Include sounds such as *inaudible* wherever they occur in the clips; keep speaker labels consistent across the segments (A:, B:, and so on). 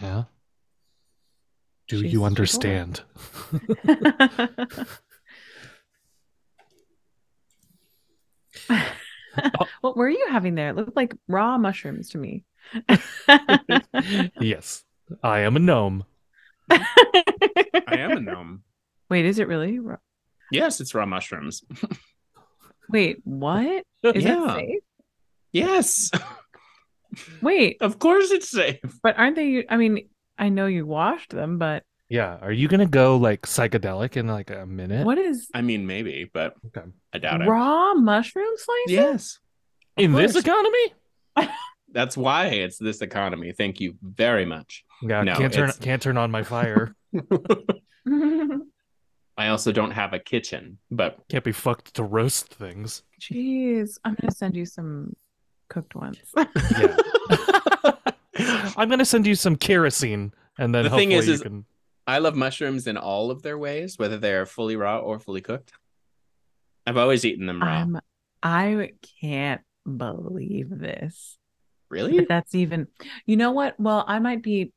A: Yeah. Do
B: She's
A: you
B: adorable. *laughs*
A: understand?
B: what were you having there? It looked like raw mushrooms to me. *laughs*
A: yes. I am a gnome.
C: I am a gnome.
B: Wait, is it really? raw?
C: Yes, it's raw mushrooms.
B: Wait, what? Is
C: Yeah.
B: that safe?
C: Yes,
B: Wait,
C: of course it's safe.
B: but aren't they? I mean, I know you washed them, but
A: Yeah. Are you gonna go like psychedelic in like a minute?
B: what is
C: I mean, maybe, but
A: Okay.
C: I doubt it.
B: raw mushroom slices?
C: Yes,
A: in
C: Of
A: this
C: course.
A: economy?
C: that's why it's this economy. Thank you
A: *laughs*
C: very much.
A: Yeah,
C: No,
A: can't turn
C: it's-
A: can't turn on my
B: *laughs*
A: fire.
C: I also don't have a kitchen, but
A: can't be fucked to roast
C: *laughs*
A: things.
B: *laughs* Jeez, I'm gonna send you some cooked ones.
A: Yeah. I'm gonna send you some kerosene and then
C: The
A: hopefully
C: thing is-
A: you
C: is-
A: can
C: *laughs* I love mushrooms in all of their ways, whether they are fully raw or fully cooked. I've always eaten them raw.
B: Um, I can't believe this. *laughs*
A: *laughs*
C: really?
B: But that's even, you know what? Well, I might be.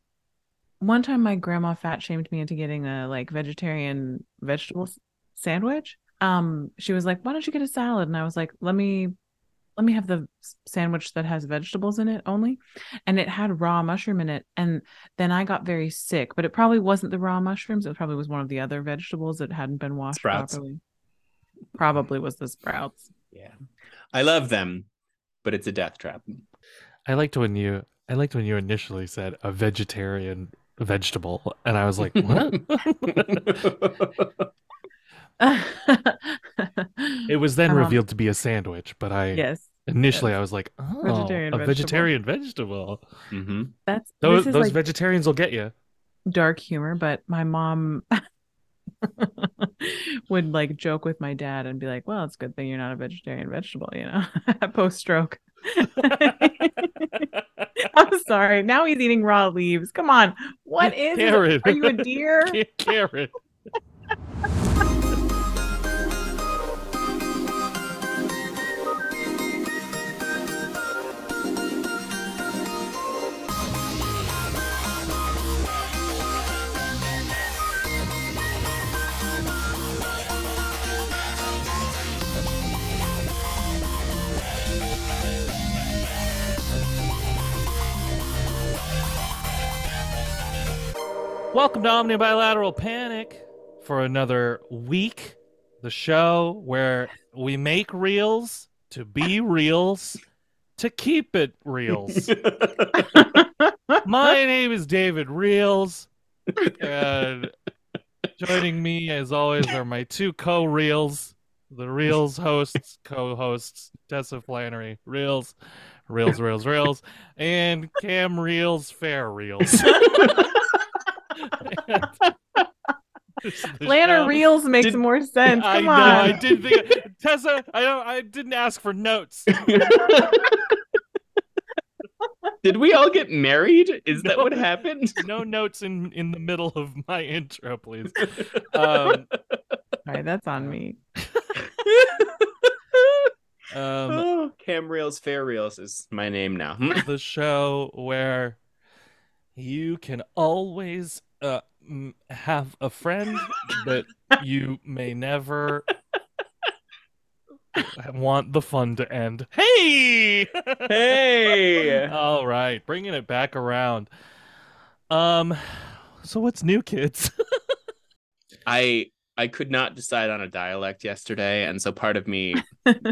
B: One time, my grandma fat shamed me into getting a like vegetarian vegetable s- sandwich. Um, she was like, "Why don't you get a salad?" And I was like, "Let me, let me have the s- sandwich that has vegetables in it only," and it had raw mushroom in it. And then I got very sick, but it probably wasn't the raw mushrooms. It probably was one of the other vegetables that hadn't been washed
C: Sprouts.
B: properly. Probably was the sprouts. *laughs*
C: Yeah. I love them, but it's a death trap.
A: I liked when you I liked when you initially said a vegetarian vegetable and I was
B: *laughs*
A: like,
C: *laughs*
A: What? it was then
B: Um,
A: revealed to be a sandwich, but I
B: yes.
A: initially I was like, Oh
B: Vegetarian
A: a
B: vegetable."
A: vegetarian vegetable.
C: hmm
A: *laughs*
B: *laughs* That's
A: Those
B: this is
A: those
B: like
A: vegetarians will get you.
B: dark humor, but my mom *laughs* would like joke with my dad and be like, "Well, it's a good thing you're not a vegetarian vegetable," you know, *laughs* post stroke. *laughs* I'm sorry. Now he's eating raw leaves. Come on, what is? it?
A: Karen. *laughs*
B: Are you a deer?
A: Karen. Welcome to Omnibilateral Panic for another week. The show where we make reels to be reels to keep it reels. My name is David Reels. And joining me, as always, are my two co reels, the Reels hosts, co hosts, Tessa Flannery, Reels, Reels, Reels, Reels, and Cam Reels, Fair
B: *laughs*
A: Reels. Reels.
B: Lana reels makes
A: Did-
B: more sense.
A: I
B: Come
A: know.
B: on.
A: I did think Tessa. I don't, I didn't ask for notes.
C: Did we all get married? Is that what
A: No.
C: happened?
A: No notes in in the middle of my intro, please. Um,
B: Sorry, that's on me.
A: um,
C: oh, Cam Reels, Fair Reels is my name now. Hmm,
A: the show where you can always uh, m- have a friend, but you may never want the fun to end. Hey.
C: hey.
A: *laughs* All right, bringing it back around. Um, so what's new, kids? *laughs*
C: I I could not decide on a dialect yesterday, and so part of *laughs* me,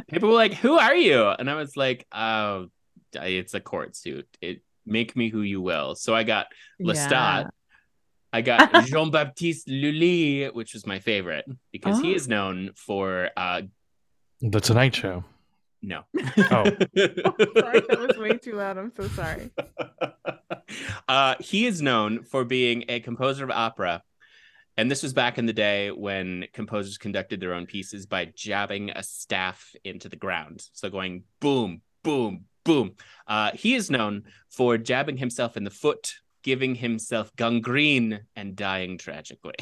C: people were like, "Who are you?" And I was like, "Oh, I- it's a court suit. It make me who you will." So I got Lestat. I *laughs* got Jean Baptiste Lully, which was my favorite because he
B: Oh.
C: is known for uh
A: The Tonight Show.
C: *laughs* no.
A: Oh.
B: *laughs* Sorry, that was way too loud. I'm so sorry.
C: *laughs* uh, he is known for being a composer of opera. And this was back in the day when composers conducted their own pieces by jabbing a staff into the ground. So going boom, boom, boom. Uh, he is known for jabbing himself in the foot, giving himself gangrene, and dying tragically.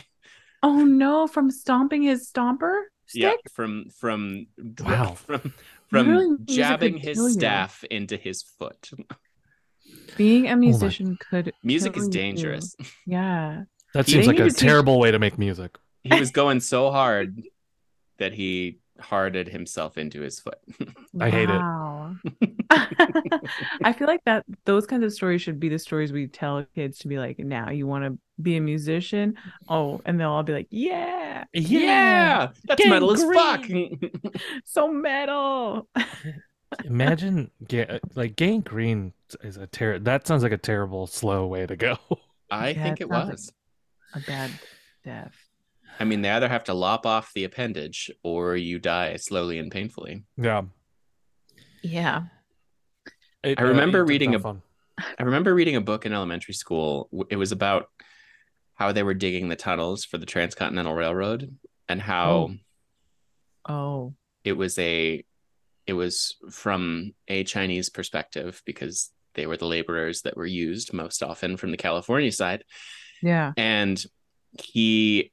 B: Oh no, from stomping his stomper stick?
C: Yeah, from from
A: Wow.
C: *laughs* from
B: Literally,
C: from
B: music could
C: jabbing
B: kill
C: his
B: you.
C: staff into his foot.
B: Being a
A: Oh
B: musician could
C: Music
B: kill
C: is
B: you.
C: dangerous.
B: Yeah.
A: That
C: He-
A: seems
C: they
A: like a
C: need to teach-
A: terrible way to make music.
C: He was going so hard that he harded himself into his foot.
A: I hate it.
B: *laughs* wow. I feel like that those kinds of stories should be the stories we tell kids to be like, now you want to be a musician? Oh, and they'll all be like, *laughs* yeah,
C: Yeah, that's
A: Gang
C: metal as fuck. *laughs*
A: green.
B: so metal.
A: Imagine ga- like Gang Green is a ter- that sounds like a terrible slow way to go. *laughs*
C: I
B: Yeah,
C: think
B: it
C: it
B: sounds like-
C: was.
B: A bad death.
C: I mean, they either have to lop off the appendage or you die slowly and painfully.
A: Yeah.
B: Yeah.
A: It-
C: I remember
A: it did
C: reading
A: sound
C: a-
A: fun.
C: I remember reading a book in elementary school. W- It was about how they were digging the tunnels for the Transcontinental Railroad and how
B: Oh,
C: it was a it was from a Chinese perspective because they were the laborers that were used most often from the California side.
B: yeah.
C: And he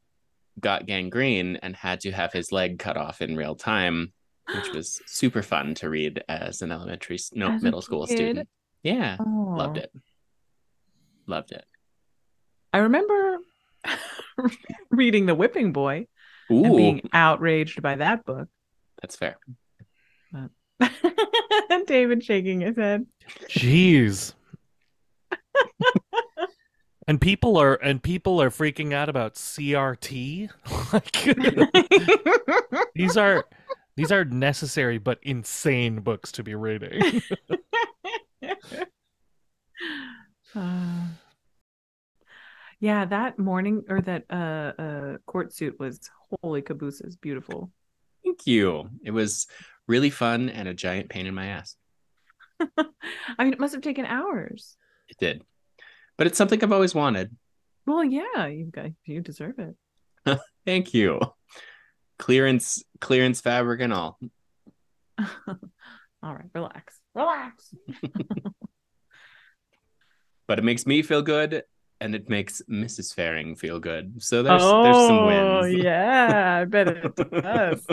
C: got gangrene and had to have his leg cut off in real time, which was super fun to read as an elementary s- no
B: As a
C: middle school
B: kid?
C: student. Yeah.
B: *gasps* Oh.
C: Loved it. Loved it.
B: I remember *laughs* reading The Whipping Boy and
C: Ooh,
B: being outraged by that book. *laughs*
C: that's fair.
B: David shaking his head. *laughs*
A: Jeez. *laughs* and people are and people are freaking out about CRT. *laughs* like these are these are necessary but insane books to be
C: *laughs*
A: reading.
B: Uh, yeah, that morning or that uh, uh court suit was holy cabooses, beautiful. *laughs*
C: Thank you. It was really fun and a giant pain in my ass.
B: I mean, it must have taken hours.
C: It did. But it's something I've always wanted.
B: Well, yeah, you got you deserve it. *laughs*
C: Thank you. *laughs* Clearance clearance fabric and all.
B: All right, relax, relax.
C: But it makes me feel good and it makes Mrs. Faring feel good. So there's there's some
B: Oh,
C: wins. *laughs*
B: yeah, I bet it does.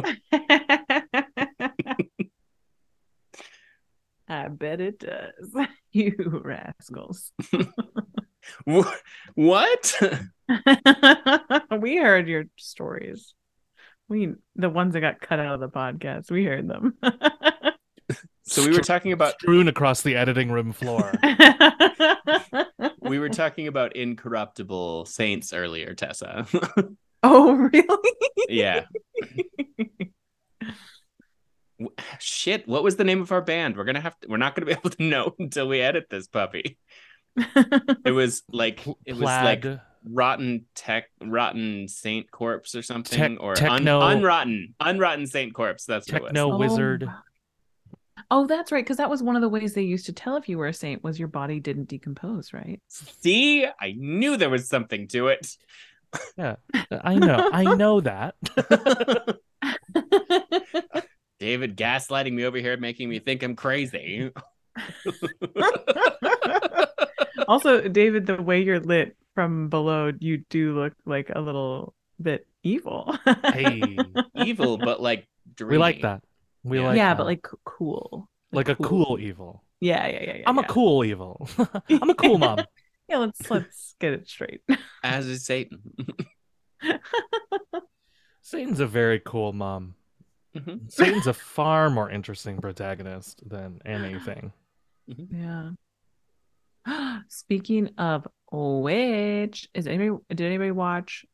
B: I bet it does. *laughs* You rascals.
C: Wh- What? *laughs*
B: *laughs* we heard your stories. We the ones that got cut out of the podcast. We heard them. *laughs*
C: so we were talking about
A: strewn across the editing room floor.
C: we were talking about incorruptible saints earlier, Tessa. *laughs*
B: oh, really?
C: yeah. W- Shit, what was the name of our band? We're gonna have to, we're not gonna be *laughs* able to know until we edit this puppy. It was like
A: Pl-
C: *laughs* it was like
A: plaid.
C: rotten tech rotten saint corpse or something or
A: techno-
C: un, unrotten unrotten saint corpse that's what it
A: Techno-
C: was
A: A wizard.
B: Oh, that's right. Because that was one of the ways they used to tell if you were a saint was your body didn't decompose, right?
C: see i knew there was something to it
A: I know.
B: *laughs*
A: I know that. *laughs*
C: david gaslighting me over here making me think i'm crazy
B: *laughs* also, David, the way you're lit from below, you do look like a little bit evil.
A: hey. *laughs*
C: evil but like dreamy.
A: We like that. We
C: Yeah.
A: like
B: yeah,
A: that.
B: but like c- cool.
A: like a cool evil.
B: Yeah, yeah, yeah. yeah
A: I'm a
B: yeah.
A: cool evil. *laughs* I'm a cool mom.
B: Yeah, let's let's get it straight.
C: as is satan
A: Satan's a very cool mom.
B: Mm-hmm.
C: Mhm.
A: Satan's a far more interesting protagonist than anything.
B: Yeah. *gasps* Speaking of which, is anybody did anybody watch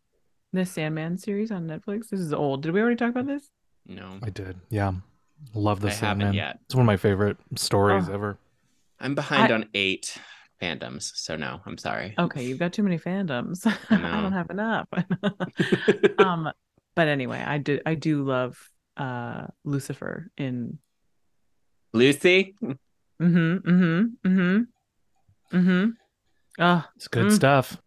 B: the Sandman series on Netflix? This is old. Did we already talk about this?
C: no
A: I did. Yeah. Love
C: i
A: the
C: haven't
A: Sandman.
C: yet
A: It's one of my favorite stories
B: Oh.
A: ever.
C: i'm behind
B: I-
C: on eight fandoms so no
A: *laughs*
C: i'm sorry
B: Okay, you've got too many fandoms. *laughs*
C: I
B: I don't
C: know.
B: have enough. *laughs* um, but anyway, I do I do love uh Lucifer in
C: lucy
B: Mm-hmm. Mm-hmm. Mm-hmm. Mm-hmm. Oh,
A: It's good
B: Mm.
A: stuff.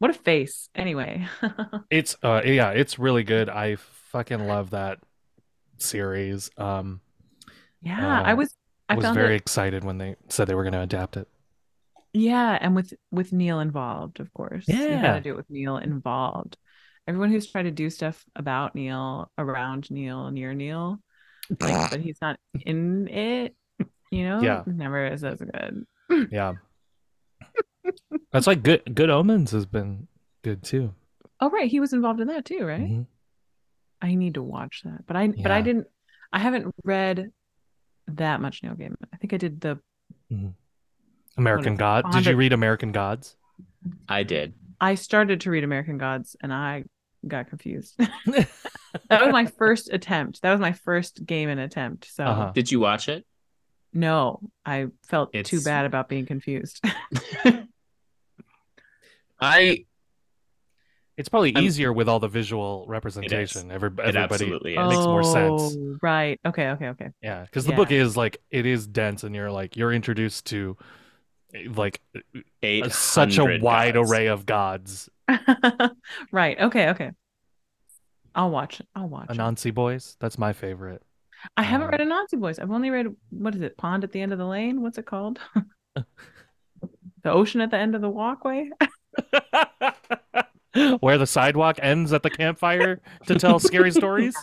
B: what a face. Anyway. *laughs*
A: It's uh yeah, it's really good. I fucking love that series. Um
B: yeah,
A: Uh,
B: I was I
A: was
B: found
A: very
B: it
A: excited when they said they were going to adapt it.
B: Yeah, and with with Neil involved, of course. You
A: Yeah.
B: gotta do it with Neil involved. Everyone who's tried to do stuff about Neil, around Neil, near Neil, like, but he's not in it, you know,
A: Yeah.
B: never is as good.
A: Yeah. That's like good. Good Omens has been good too.
B: Oh right, he was involved in that too, right?
A: Mhm.
B: I need to watch that, but I but
A: Yeah.
B: I didn't. I haven't read that much Neil Gaiman. I think I did the.
A: American
B: Wonderful.
A: God. Did you
B: Bonded-
A: read American
B: *laughs*
A: Gods?
C: I did.
B: I started to read American Gods, and I got confused. *laughs* that was my first attempt. That was my first Gaiman attempt. So
A: Uh-huh.
C: Did you watch it?
B: no, I felt too
C: It's-
B: bad about being confused.
C: I
A: It's probably
C: I'm-
A: easier with all the visual representation. Every,
C: it
A: everybody,
C: absolutely
A: it
C: is.
A: makes more sense.
B: Oh, Right. Okay. Okay. Okay.
A: yeah, because the book
B: Yeah.
A: is like it is dense, and you're like you're introduced to like a-
C: 800
A: such a wide
C: gods.
A: array of gods.
B: *laughs* right. Okay. Okay. I'll watch it. I'll watch it.
A: Anansi boys, that's my
C: *laughs*
A: favorite.
B: I haven't
A: uh,
B: read Anansi Boys. I've only read what is it? Pond at the end of the lane. What's
A: *laughs*
B: it called? the ocean at the end of the walkway. *laughs*
A: Where the sidewalk ends at the campfire to tell scary
C: *laughs*
A: stories.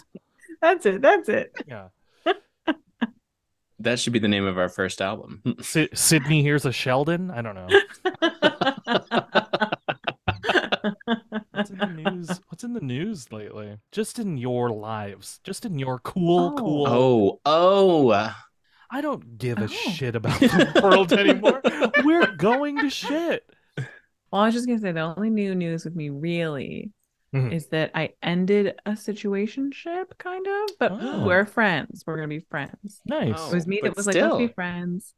B: That's it. That's it.
A: Yeah,
C: That should be the name of our first album.
A: Sy- Sydney hears a Sheldon. I don't know. What's in the news? What's in the news lately? Just in your lives. Just in your cool,
B: Oh.
A: cool.
C: Oh, oh.
B: *laughs*
A: I don't give a
B: Oh.
A: shit about the *laughs* world anymore. We're going to shit.
B: well, I was just gonna say the only new news with me really
A: Mhm.
B: is that I ended a situationship, kind of, but
A: Oh.
B: we're friends. We're gonna be friends.
A: Nice.
C: Oh.
B: It was me
C: but
B: that was like,
C: still.
B: let's be friends.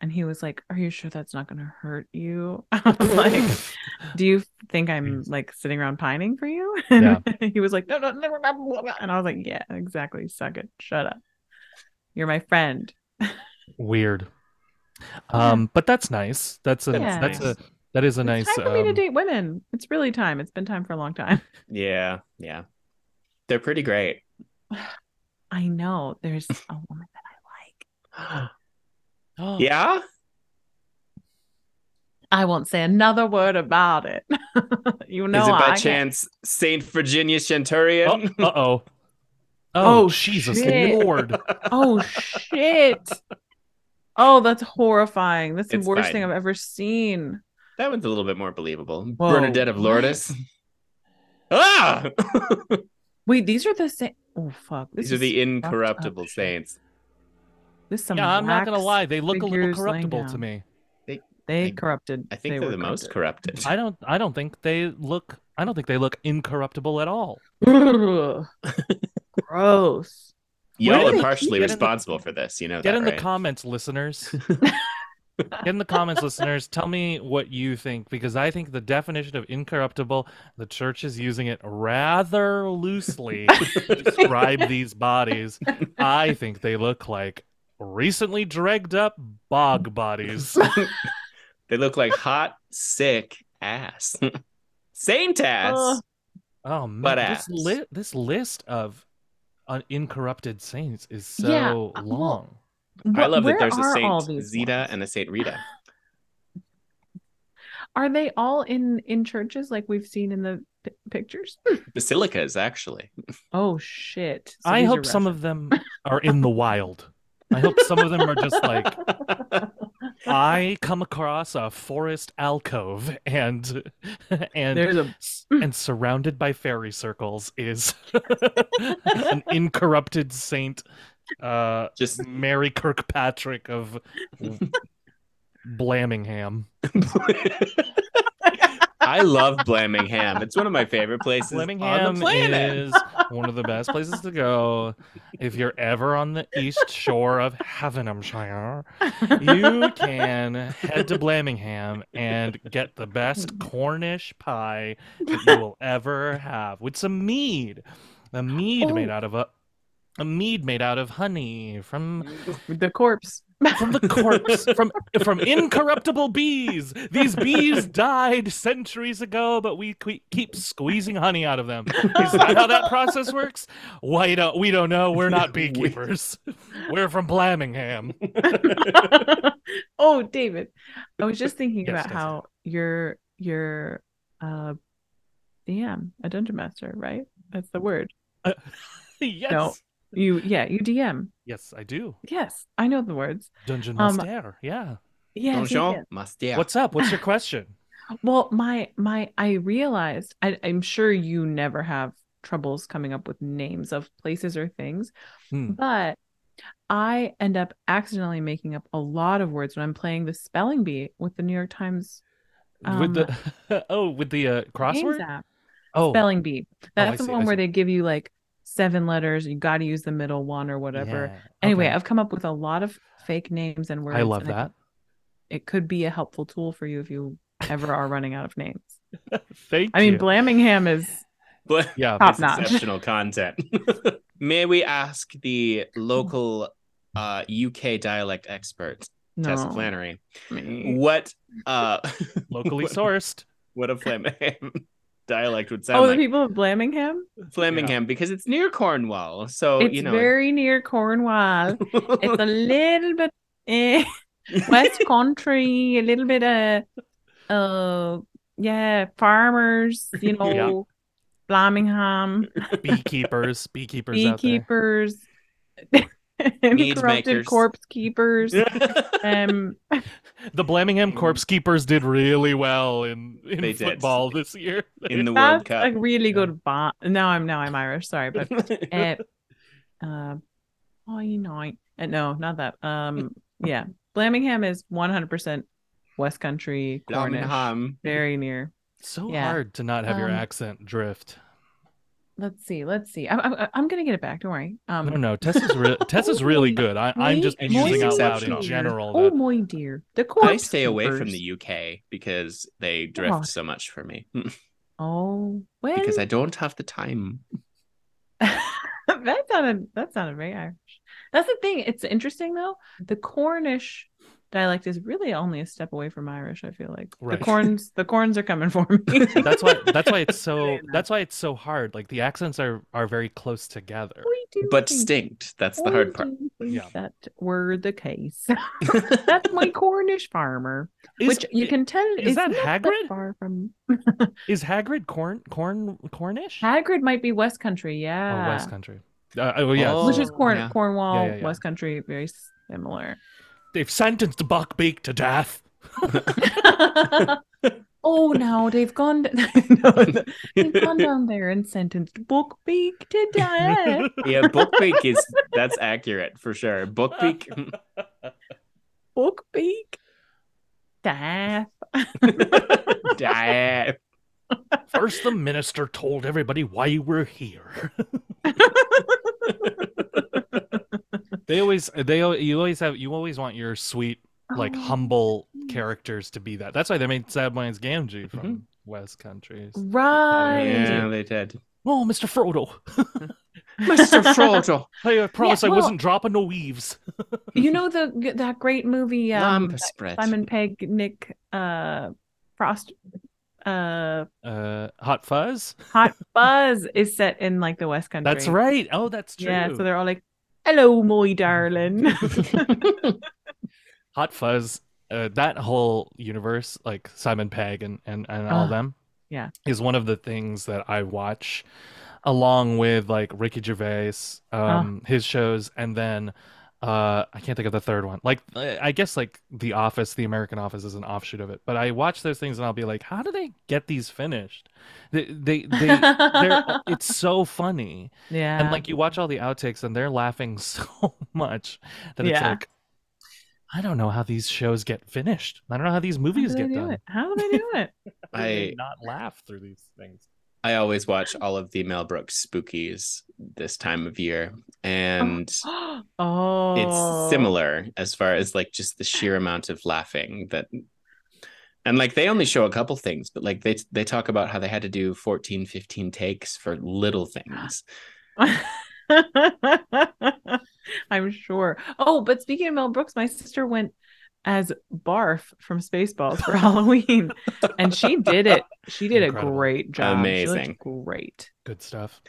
B: And he was like, Are you sure that's not gonna hurt
C: *laughs*
B: you? *laughs* I was
A: *laughs*
B: like, Do you think I'm like sitting around pining for you? *laughs* And he was like, No, no, never mind. blah, blah." And I was like, Yeah, exactly. Suck it. Shut up. You're my friend.
A: Weird. Um, but that's nice. That's a
B: Yeah.
A: that's a that is a nice.
B: it's time for me to
A: um,
B: date women. It's really time. It's been time for a long time.
C: *laughs*
B: *laughs*
C: Yeah, yeah. They're
B: *gasps*
C: pretty great.
B: I know there's
C: *laughs*
B: a woman that I like.
A: um, *gasps*
C: yeah?
B: I won't say another word about it. *laughs* you know,
C: Is it
B: I
C: by
B: can't-
C: chance Saint Virginia Centurion?
A: Uh oh. Oh,
B: Oh,
A: Jesus
B: shit.
A: Lord!
B: Oh shit. Oh, that's horrifying. That's the
C: It's
B: worst thing
C: fine.
B: I've ever seen.
C: That one's a little bit more believable.
B: Whoa.
C: Bernadette of Lourdes. ah!
B: Wait, these are the same. Oh fuck! This
C: These are
B: is
C: the
B: fucked up
C: incorruptible
B: shit.
C: saints.
B: This is some
A: Yeah, I'm not gonna
B: wax-
A: lie. They look a little
B: figures laying
A: corruptible to
B: down.
A: me.
B: They
C: I-
B: corrupted.
C: I think
B: they
C: they are
B: were
C: the most corrupted.
A: I don't. I don't think they look. I don't think they look incorruptible at all.
B: Ugh. *laughs* Gross.
A: Where
C: Y'all
A: did
C: are
A: they
C: partially
A: get in the-
C: responsible for this. You know
A: Get
C: that,
A: in
C: right?
A: the comments,
C: *laughs*
A: listeners. Get in the comments, listeners. Tell me what you think, because I think the definition of incorruptible, the church is using it rather loosely to describe these bodies. I think they look like recently dragged up bog
C: *laughs*
A: bodies.
C: They look like hot, sick
B: *laughs*
C: ass. Saint ass.
B: Ugh.
A: Oh man,
C: Butt
A: this,
C: ass.
A: li- this list of un- incorrupted saints is so
B: Yeah, uh, well,
A: long.
C: I
B: What-
C: love that
B: where
C: there's
B: are
C: a
B: all
C: Saint
B: these
C: Zeta
B: ones?
C: and a Saint Rita.
B: Are they all in in churches like we've seen in the pi pictures?
C: Basilicas, actually.
B: Oh shit! So
A: I
B: these are
A: hope some
B: Russian.
A: of them are in the wild. I hope some of them are just like I come across a forest alcove and and
B: there's Mm. a
A: s- and surrounded by fairy circles is *laughs* an incorrupted saint uh
C: Just
A: Mary Kirkpatrick
C: *laughs*
A: of Blamingham.
C: *laughs* I love Blamingham. It's one of my favorite places on the
A: Blamingham
C: planet. *laughs*
A: is one of the best places to go if you're ever on the east shore of Havenhamshire. You can head to Blamingham and get the best Cornish pie that you will ever have with some mead. A mead made
B: Oh.
A: out of a a mead made out of honey from
B: the corpse.
A: from the
C: *laughs*
A: corpse from from incorruptible bees. These bees died centuries ago, but we que- keep squeezing honey out of them. *laughs* Is that how that process works? Why don't we don't know? We're not
C: *laughs* We-
A: beekeepers. *laughs* We're from
C: *laughs*
A: Blamingham.
B: *laughs* oh, David, I was just thinking
A: Yes,
B: about
A: yes,
B: how you're you're uh DM a dungeon master, right? That's the word.
A: yes.
B: You yeah, you DM.
A: Yes, I do.
B: Yes, I know the words.
A: Dungeon
B: Um,
A: Master. yeah.
B: Yes, yes,
C: Bonjour,
B: yes.
C: Master.
A: What's up? What's your question?
B: Well, my my I realized I, I'm sure you never have troubles coming up with names of places or things,
A: Hmm.
B: but I end up accidentally making up a lot of words when I'm playing the spelling bee with the New York Times
A: with
B: Um,
A: the *laughs* oh, with the uh,
B: names
A: crossword.
B: app.
A: Oh,
B: Spelling bee.
A: I
B: That's
A: see,
B: the
A: I
B: one where
A: see.
B: they give you like seven letters. You got to use the middle one or whatever.
A: yeah,
B: Anyway,
A: okay.
B: I've come up with a lot of fake names and words.
A: I love
B: and
A: that.
B: It could be a helpful tool for you if you ever
A: *laughs*
B: are running out of names.
A: Thank
B: I mean,
A: you.
B: Blamingham is
C: But
A: yeah,
B: *laughs* Top
C: it's
B: notch.
C: exceptional content. *laughs* May we ask the local uh, UK dialect expert,
B: no.
C: Tess Flannery,
B: me.
C: what uh, *laughs*
A: locally
C: What-
A: sourced.
C: what a Flamingham *laughs* dialect would sound
B: Oh, the
C: like?
B: people of Blamingham?
C: Flamingham, because it's near Cornwall, so
B: it's
C: Oh, you know. *laughs*
B: very near Cornwall. it's a little bit
C: *laughs*
B: eh, West Country, a little bit of, uh, yeah, farmers, you
C: Yeah.
B: know, Blamingham, *laughs*
A: Beekeepers, beekeepers out there.
B: beekeepers, *laughs*
C: Mead
B: corrupted
C: makers.
B: corpse
C: *laughs*
B: keepers. um,
A: The Blamingham Corpse Keepers did really well in,
C: Mm. They
A: in
C: did.
A: football this year. *laughs*
C: in
B: *laughs*
C: the World
B: that's
C: Cup.
B: a really
A: Yeah.
B: good bot. Now I'm now I'm Irish.
A: *laughs*
B: Sorry, but uh, uh, oh, you know, I, uh, no, not that.
A: *laughs*
B: Um, yeah, Blamingham is 100% West Country Cornish,
C: Flamingham.
B: very near.
A: So
B: Yeah.
A: hard to not have your
B: Um,
A: accent drift.
B: Let's see, let's see. I, I, I'm gonna get it back. Don't worry. Um,
A: No, no, Tessa's re- Tessa's really good. I, I'm
B: me-
A: just
C: And
A: using
C: she's
A: out loud
C: exceptional.
A: in general.
B: Oh
A: That,
B: my dear, the
C: I
B: corpse.
C: stay away from
B: keepers.
C: the UK because they drift
B: Why?
C: so much for me.
B: Oh, well,
C: because I don't have the time.
B: *laughs* that sounded that sounded very Irish. That's the thing. It's interesting though. The Cornish dialect is really only a step away from Irish. I feel like
A: Right.
B: the corns the corns are coming for
A: *laughs*
B: me. *laughs*
A: that's why that's why it's so
B: Saying that.
A: that's why it's so hard. Like the accents are are very close together.
B: we do
C: But
B: think-
C: distinct. That's the
B: we
C: hard part.
B: do think
A: Yeah.
B: That were the case.
A: *laughs*
B: That's my Cornish farmer,
A: Is,
B: which you can tell
A: is
B: is
A: that
B: not
A: Hagrid?
B: far from
A: is Hagrid corn corn cornish?
B: Hagrid. Might be West Country,
A: Oh,
B: yeah,
A: West Country. Uh, oh yes.
C: Oh.
B: which is Corn
C: yeah.
B: Cornwall,
A: Yeah, yeah, yeah.
B: West Country, very
A: *laughs*
B: similar. *laughs*
A: They've sentenced Buckbeak to death.
B: oh no, they've gone. d- *laughs* No,
C: *laughs*
B: they've gone down there and sentenced Bookbeak to
A: *laughs*
B: death.
C: yeah, Bookbeak is that's accurate for sure. Bookbeak.
B: Bookbeak, death.
C: Die.
A: First, the minister told everybody why we're
B: *laughs*
A: here. *laughs* they always, they, al- you always have, you always want your sweet, like
B: Oh,
A: humble
B: yes.
A: characters to be that. That's why they made Sad Lions Gamgee from
C: Mhm.
A: West Countries.
B: Right.
C: Yeah, they did.
A: Oh, Mister Frodo,
C: Mr. Frodo.
A: I promise I
B: well-
A: wasn't dropping no weaves.
B: You know the that great movie um,
C: Lamp spread.
B: Simon Pegg, Nick uh, Frost, uh,
A: Uh, Hot Fuzz.
B: Hot Fuzz is set in like the West Country.
A: That's right. Oh, that's true.
B: Yeah, so they're all like, "Hello, my
A: *laughs*
B: darling."
A: Hot Fuzz, uh, that whole universe, like Simon Pegg and and, and all
B: Ah,
A: them,
B: yeah.
A: is one of the things that I watch, along with like Ricky Gervais,
B: Uh.
A: um, his shows, and then uh, I can't think of the third one. Like I I guess like The Office, The American Office is an offshoot of it. But I watch those things and I'll be like, how do they get these finished? They they, they they're, *laughs* it's so funny
B: *laughs* yeah.
A: and like you watch all the outtakes and they're laughing *laughs* so much that it's
B: Yeah.
A: like i don't know how these shows get finished i don't know how these
B: How do
A: movies
B: they
A: get
B: do
A: done
B: it? How do they do
A: *laughs*
B: it? *gasps*
A: How do they
C: I-
A: not laugh through these things
C: I always watch all of the Mel Brooks spookies this time of year. And
B: oh,
C: it's similar as far as like just the sheer amount of laughing that and like they only show a couple things but like they they talk about how they had to do 14 15 takes for little things
B: *laughs* I'm sure. Oh, but speaking of Mel Brooks, my sister went as Barf from Spaceballs for *laughs* Halloween, and she did it. She did
A: Incredible.
B: a great job. She looked
C: Amazing.
B: great.
A: good stuff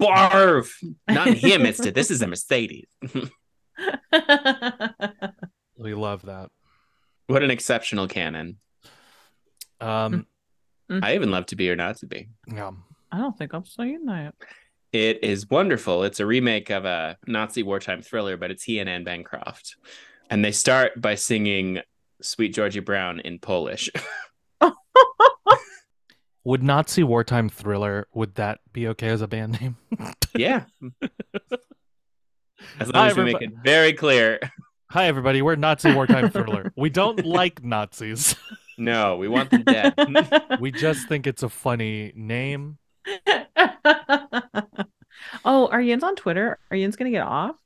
C: barf not here mister this is a mercedes
A: we love that
C: what an exceptional canon
A: um
C: i even love to be or not to be
A: yeah
B: I don't think I'm saying that.
C: it is wonderful it's a remake of a nazi wartime thriller but it's he and anne bancroft and they start by singing sweet georgie brown in polish
A: Would Nazi wartime thriller would that be okay as a band name?
C: Yeah. As long
A: Hi,
C: as we make
A: everybody.
C: it very clear.
A: Hi everybody, we're Nazi
B: *laughs*
A: wartime thriller. We don't like Nazis.
C: No, we want them dead.
A: *laughs*
B: *laughs*
A: We just think it's a funny name.
B: oh, are Yins on Twitter? Are Yins going to get off?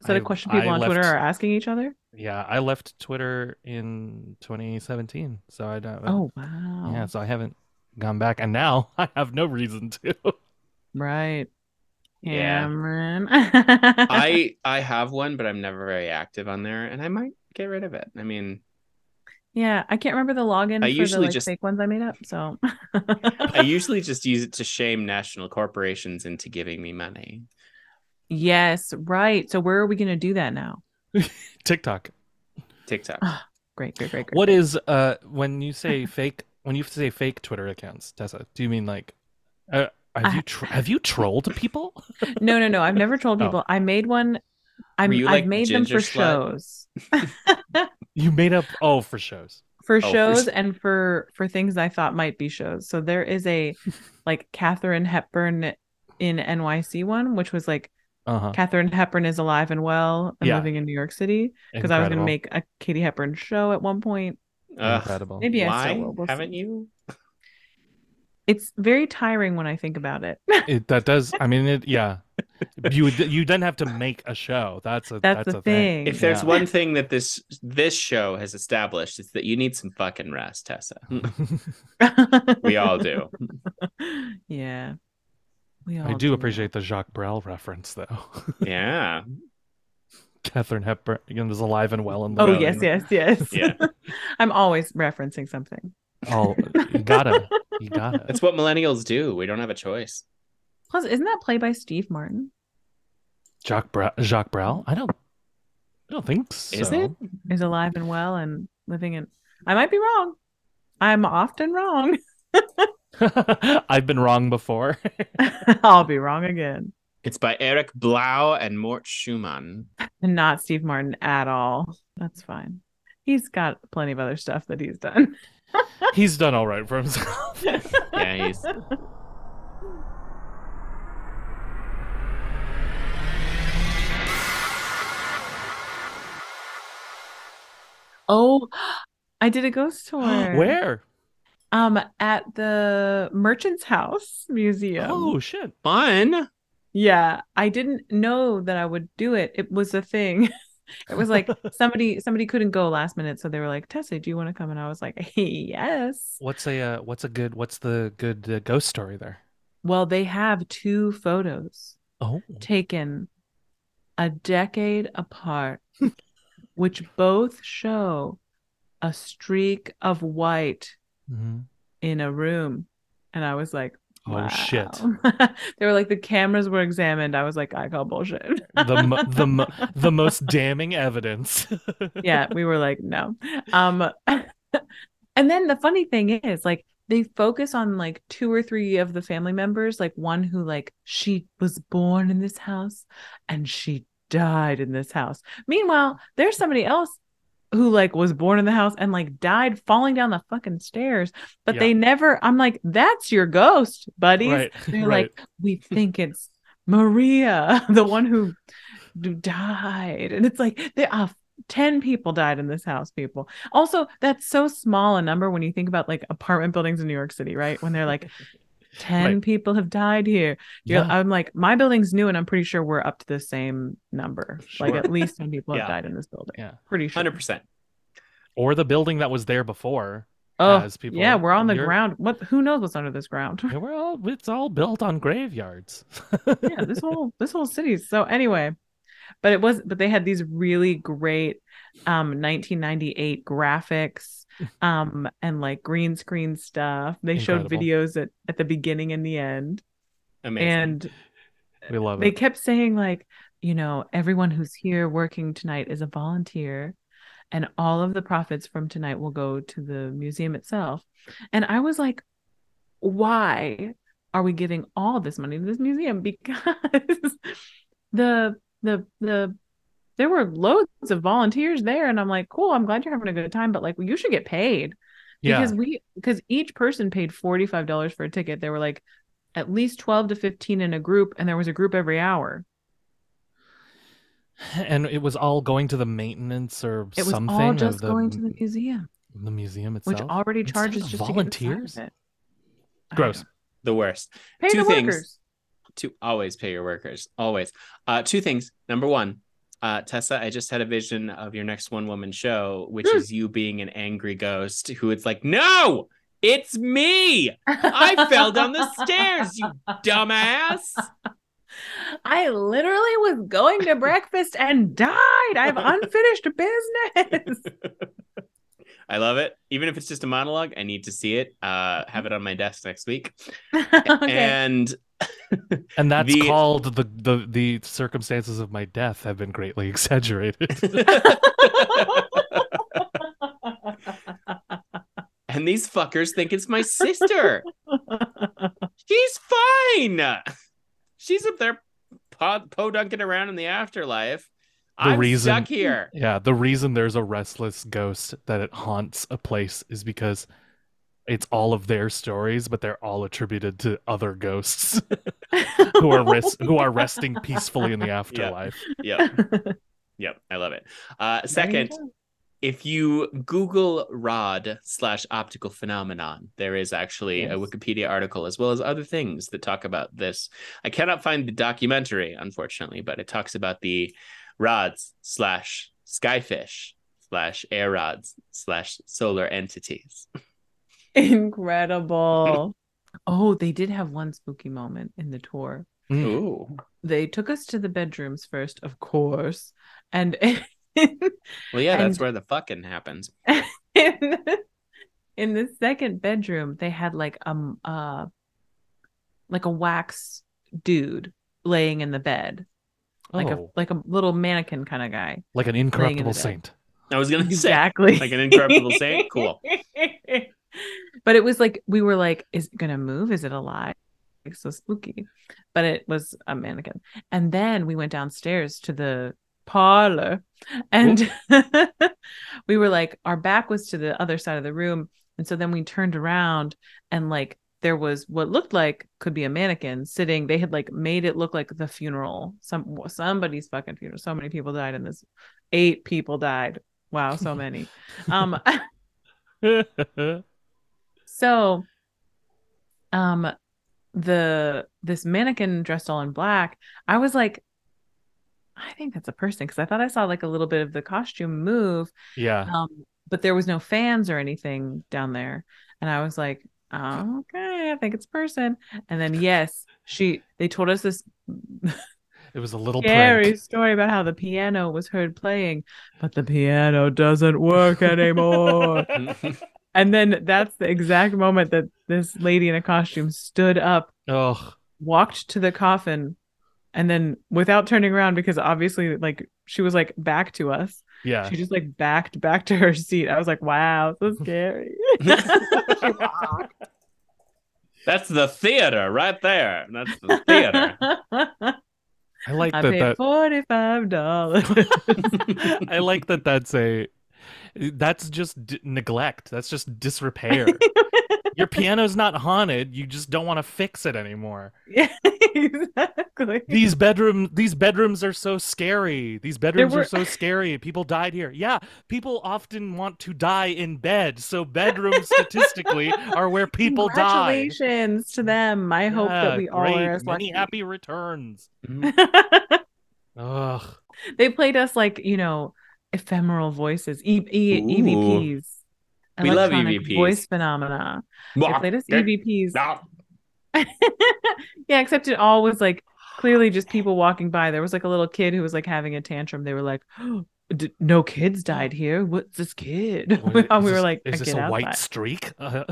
B: Is that a
A: I-
B: question
A: I
B: people on Twitter
A: left-
B: are asking each other?
A: Yeah, I left Twitter in 2017, so I don't. uh,
B: oh, wow.
A: yeah, so I haven't gone back, and now *laughs* I have no reason to. *laughs*
B: Right.
C: Yeah.
B: Cameron.
C: I I have one, but I'm never very active on there, and I might get rid of it. I mean,
B: *laughs* yeah, I can't remember the login
C: I
B: for
C: usually
B: the like,
C: just-
B: fake ones I made up. So *laughs*
C: I usually just use it to shame national corporations into giving me money.
B: yes, right. So where are we going to do that now?
A: TikTok. *laughs*
C: TikTok.
B: Great, great, great, great.
A: What is uh when you say *laughs* fake? When you say fake Twitter accounts, Tessa, do you mean like? Uh, have
B: I-
A: you tro- have you trolled people? *laughs*
B: No, no, no. I've never told
A: Oh.
B: people. I made one. I'm,
C: Were you,
B: I've
C: like,
B: made them for
C: ginger slut?
B: shows,
A: You made up oh for shows.
B: for
C: for
B: shows,
C: s-
B: and for for things I thought might be shows. So there is
C: *laughs*
B: a like Catherine Hepburn in NYC one, which was like
A: Uh
B: *laughs*
A: huh.
B: Catherine Hepburn is alive and well and
A: Yeah.
B: living in New York City because I was going to make a Katie Hepburn show at one point.
C: Ugh,
A: incredible.
B: Maybe I
C: why
B: still will. We'll see.
C: haven't you?
B: It's very tiring when I think about it. *laughs*
A: It, that does. I mean, it. *laughs* Yeah. You would- you then have to make a show. That's a
B: That's,
A: that's,
B: the
A: a thing.
B: thing.
C: If there's
A: Yeah.
C: one thing that this this show has established, it's that you need some fucking rest,
A: *laughs*
C: Tessa.
B: *laughs*
C: We all do.
B: yeah. We all
A: I do appreciate the Jacques Brel reference, though. *laughs*
C: Yeah.
A: Catherine Hepburn again, is alive and well in the
B: Oh
C: Well,
B: yes,
C: you
B: yes, yes.
C: Yeah.
B: *laughs* I'm always referencing something.
A: Oh, you gotta,
B: *laughs*
A: you gotta.
C: That's what millennials do. We don't have a choice.
B: Plus, isn't that played by Steve Martin?
A: Jacques Brel. Jacques Brel. I don't. I don't think so.
C: Is it?
B: Is alive and well and living in. I might be wrong. I'm often wrong. *laughs*
A: *laughs* I've been wrong before.
B: I'll be wrong again.
C: It's by Eric Blau and Mort Schumann.
B: And not Steve Martin at all. That's fine. He's got plenty of other stuff that he's done. *laughs*
A: He's done all right for himself.
B: *laughs*
C: Yeah, he's
B: Oh, I did
A: *gasps*
B: a ghost tour.
A: Where?
B: Um, at the Merchant's House Museum.
A: Oh shit!
C: fun.
B: Yeah, I didn't know that I would do it. It was a thing. *laughs* It was like somebody somebody couldn't go last minute, so they were like, "Tessa, do you want to come?" And I was like, *laughs* "Yes."
A: *laughs* What's a uh, what's a good what's the good uh, ghost story there?
B: Well, they have two photos
A: Oh,
B: taken a decade
A: *laughs*
B: apart, which both show a streak of white
A: Mhm.
B: in a room. And I was like,
A: oh shit!
B: "Wow." *laughs* They were like, the cameras were examined. I was like, I call bullshit.
A: The mo- the mo- the most damning evidence.
B: *laughs*
A: *laughs*
B: yeah, we were like, no. Um, *laughs* and then the funny thing is, like, they focus on like two or three of the family members, like one who, like, she was born in this house and she died in this house. Meanwhile, there's somebody else who, like, was born in the house and, like, died falling down the fucking stairs, but
A: Yeah.
B: they never, I'm like, that's your ghost, buddies.
A: right,
B: They're
A: right.
B: like, we think it's Maria, *laughs* the one who d- died. And it's like, there are 10 people died in this house, people. Also, that's so small a number when you think about like apartment buildings in New York City, right? When
A: *laughs*
B: they're like, 10
A: Right.
B: people have died here. You're-
A: Yeah.
B: I'm like, "Uh." my building's new, and I'm pretty sure we're up to the same number. Like,
A: Sure.
B: at least 10 people
A: *laughs* Yeah.
B: have died in this building.
A: Yeah.
B: Pretty sure.
C: 100%.
A: or the building that was there before
B: Oh,
A: has people.
B: yeah, we're on the
A: You're-
B: ground. What? Who knows what's under this ground?
A: Yeah, we're all it's all built on graveyards. *laughs*
B: yeah this whole this whole city so anyway but it was but they had these really great um 1998 graphics um and like green screen stuff they showed
A: Incredible.
B: videos at, at the beginning and the end
C: Amazing.
B: and
A: we love
B: they
A: it.
B: kept saying like you know everyone who's here working tonight is a volunteer and all of the profits from tonight will go to the museum itself and i was like why are we giving all this money to this museum *laughs* because the the the there were loads of volunteers there and i'm like cool i'm glad you're having a good time but like you should get paid
A: Yeah.
B: because we because each person paid forty five dollars for a ticket. There were like at least twelve to fifteen in a group, and there was a group every hour.
A: and it was all going to the maintenance or
B: It was
A: something
B: all just
A: of the,
B: going to the museum,
A: the museum itself.
B: which already
A: Instead of
B: charges just
A: volunteers.
B: To get inside of it. I
A: Gross.
B: don't-
C: The worst.
B: Pay
C: Two
B: the
C: things.
B: workers.
C: to always pay your workers always uh two things number one uh tessa i just had a vision of your next one woman show which
B: Hmm.
C: is you being an angry ghost who it's like no it's me i fell
B: *laughs*
C: down the stairs you dumbass
B: I literally was going to breakfast and died. I have unfinished business. *laughs*
C: i love it even if it's just a monologue i need to see it uh have it on my desk next week
A: *laughs*
B: okay. *laughs*
C: and *laughs*
A: And that's
C: The-
A: called the, the the circumstances of my death have been greatly *laughs* exaggerated.
C: and these fuckers think it's my sister
A: *laughs*
C: She's fine. She's up there pod- podunking around in the afterlife.
A: The
C: I'm
A: reason-
C: stuck here.
A: yeah, the reason there's a restless ghost that it haunts a place is because it's all of their stories, but they're all attributed to other ghosts *laughs* who are res- who are resting peacefully in the afterlife.
C: Yep.
A: *laughs*
C: Yep. I love it. Uh, second, if you Google rod slash optical phenomenon, there is actually a
B: Yes.
C: Wikipedia article as well as other things that talk about this. I cannot find the documentary, unfortunately, but it talks about the rods slash skyfish slash air rods slash solar entities.
B: Incredible. Oh, they did have one spooky moment in the tour.
A: Mm.
C: Ooh.
B: They took us to the bedrooms first, of course. And *laughs*
C: Well, yeah, that's
B: And-
C: where the fucking happens.
B: in the, in the second bedroom they had like um uh like a wax dude laying in the bed like a
A: Oh.
B: like a little mannequin kind of guy
A: Like an
B: in the
A: incorruptible
B: bed.
A: saint.
C: I
B: *laughs*
C: was gonna say
B: exactly
C: like an
B: *laughs*
C: incorruptible saint. Cool.
B: but it was like we were like is it gonna move is it alive it's so spooky but it was a mannequin and then we went downstairs to the parlor and *laughs* we were like our back was to the other side of the room and so then we turned around and like there was what looked like could be a mannequin sitting they had like made it look like the funeral some somebody's fucking funeral so many people died in this eight people died wow
C: *laughs*
B: so many um *laughs* so um the this mannequin dressed all in black, I was like, I think that's a person because I thought I saw like a little bit of the costume move,
A: yeah.
B: um, but there was no fans or anything down there. And I was like, oh, okay, I think it's a person. And then yes, she they told us this
A: It was a little
B: scary
A: prank.
B: story about how the piano was heard playing, but the piano doesn't work anymore. And then that's the exact moment that this lady in a costume stood up,
A: oh,
B: walked to the coffin, and then without turning around, because obviously, like, she was like back to us,
A: yeah.
B: she just like backed back to her seat. I was like, wow,
A: *laughs*
B: so scary.
C: *laughs* That's the theater right there. That's the
B: *laughs*
C: theater.
A: I like
B: I
A: that
B: paid
A: that
B: $45.
A: I like that that's a that's just d- neglect. That's just
B: *laughs*
A: disrepair. Your piano's not haunted. You just don't want to fix it anymore.
B: *laughs* yeah, exactly.
A: These bedroom these bedrooms are so scary. These bedrooms
B: were-
A: are so scary. People died here. Yeah, people often want to die in bed. So
B: *laughs*
A: bedrooms statistically are where people die.
B: Congratulations to them. I hope
A: Yeah,
B: that we all
A: great.
B: are as
A: Many
B: lucky.
A: happy returns.
B: *laughs*
A: Ugh.
B: they played us like you know ephemeral voices e- e-
C: Ooh.
B: evps
C: We love
A: E
B: electronic
C: EVPs.
B: voice phenomena they played us evps
C: Ah.
B: yeah except it all was like clearly just people walking by there was like a little kid who was like having a tantrum they were like *gasps* oh, d- no kids died here what's this kid
A: Wait, is
B: *laughs* and Oh, we were
A: this-
B: like
A: is this
B: "Get
A: a white
B: outside." *laughs*
A: streak? Uh,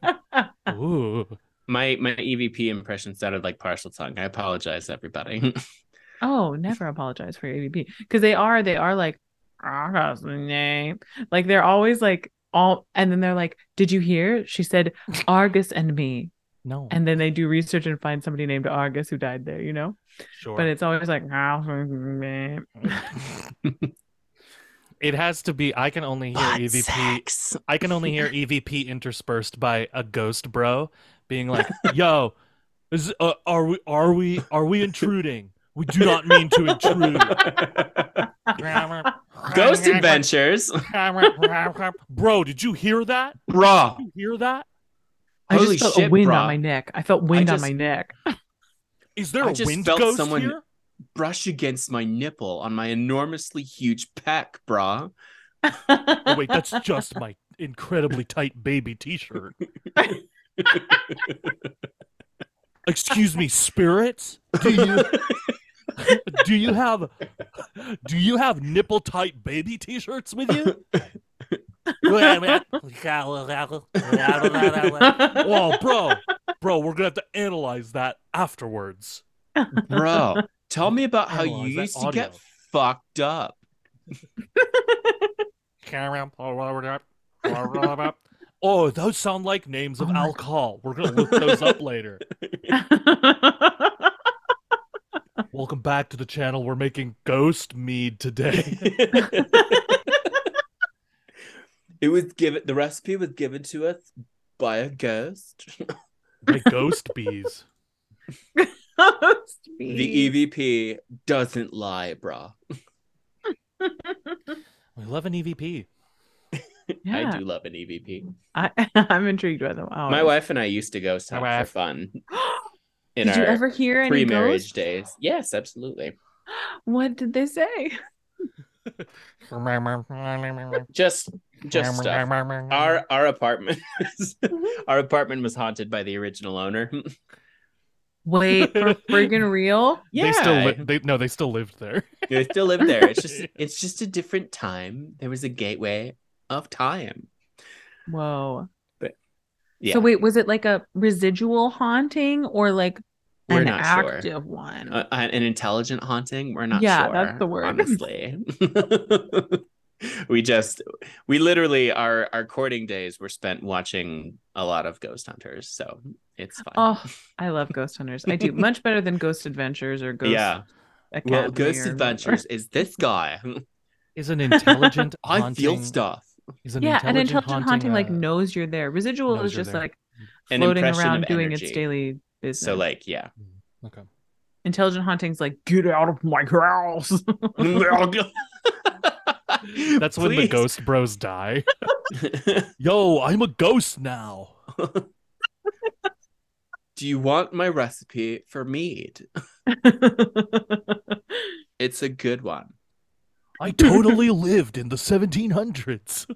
A: *laughs* ooh.
C: My my EVP impression sounded like partial tongue. I apologize, everybody. *laughs*
B: oh never apologize for your E evp because they are they are like *laughs* "Ah, that's the name like they're always like all and then they're like did you hear she said argus and me
A: No.
B: and then they do research and find somebody named Argus who died there, you know?
A: sure.
B: mm, But it's always like, "Ah, meh."
A: *laughs* it has to be. I can only hear E
C: Butt
A: EVP. *laughs*
C: sex.
A: I can only hear EVP interspersed by a ghost bro being like, "Yo, is, uh, are we are we are we intruding? We do not mean to intrude."
C: Ghost
A: *laughs*
C: Adventures.
A: Bro, did you hear that?
C: Raw.
A: Did you hear that?
B: I
C: Holy
B: just felt
C: shit,
B: a wind
C: bro.
B: on my neck. I felt wind
C: just-
B: on my neck.
A: Is there
C: I
A: a
C: just
A: wind
C: felt
A: ghost
C: someone-
A: here?
C: Brush against my nipple on my enormously huge pack, brah.
A: Oh wait,
B: *laughs*
A: that's just my incredibly tight baby t-shirt. Excuse me, spirits? Do you do you have do you have nipple tight baby t-shirts with you? oh bro, bro, we're gonna have to analyze that afterwards.
C: Bro, tell me about how
A: Analyze
C: you
A: that
C: used to get
A: audio.
C: fucked
A: *laughs*
C: up.
A: Oh, those sound like names of
B: Oh my-
A: alcohol. We're gonna look those up later. Welcome back to the channel. We're making ghost mead today. *laughs*
C: it was given the recipe was given to us by a ghost.
A: My ghost *laughs* bees.
B: the
C: The EVP doesn't lie, brah.
A: We love an E EVP.
B: Yeah,
C: I do love an E EVP.
B: I *laughs* I'm intrigued by them. Oh,
C: My
B: *gasps*
C: wife and I used to ghost
A: My
C: hunt for
A: wife.
C: fun in
B: Did you
C: our
B: ever hear any
C: pre-marriage
B: ghosts?
C: days. Yes, absolutely.
B: What did they
C: *laughs*
B: say?
C: Just just stuff. Our our apartment *laughs* was-
B: Mm-hmm.
C: our apartment was haunted by the original owner. *laughs*
B: Wait, for friggin' real?
C: yeah.
A: They still li- they no, they still lived there.
C: They still live there.
A: *laughs*
C: It's just it's just a different time. There was a gateway of time.
B: Whoa.
C: Yeah.
B: So wait, was it like a residual haunting or like
C: We're
B: an
C: not sure.
B: active one?
C: A- a- an intelligent haunting we're not
B: Yeah,
C: sure
B: that's the word.
C: honestly *laughs* we just we literally our our courting days were spent watching a lot of ghost hunters so it's fine *laughs*
B: oh, I love Ghost Hunters. I do much better than Ghost Adventures or Ghost
C: yeah
B: Academy
C: well ghost
B: or-
C: adventures is this guy *laughs*
A: Is an
B: *laughs*
A: intelligent
C: i
A: haunting,
C: feel stuff
A: Is an
B: yeah,
A: intelligent
B: an intelligent haunting, like
A: uh,
B: knows you're there. Residual
A: knows
B: is
A: you're
B: just
A: there.
B: like
C: An
B: floating
C: impression
B: around
C: of
B: doing its
C: energy.
B: daily business.
C: so like yeah
B: *laughs*
A: Okay.
B: intelligent haunting's like get out of my house. *laughs*
A: That's when the ghost bros die. *laughs* Yo, I'm a ghost now.
C: *laughs* do you want my recipe for mead it's a good one
A: I totally
B: *laughs*
A: lived in the 1700s.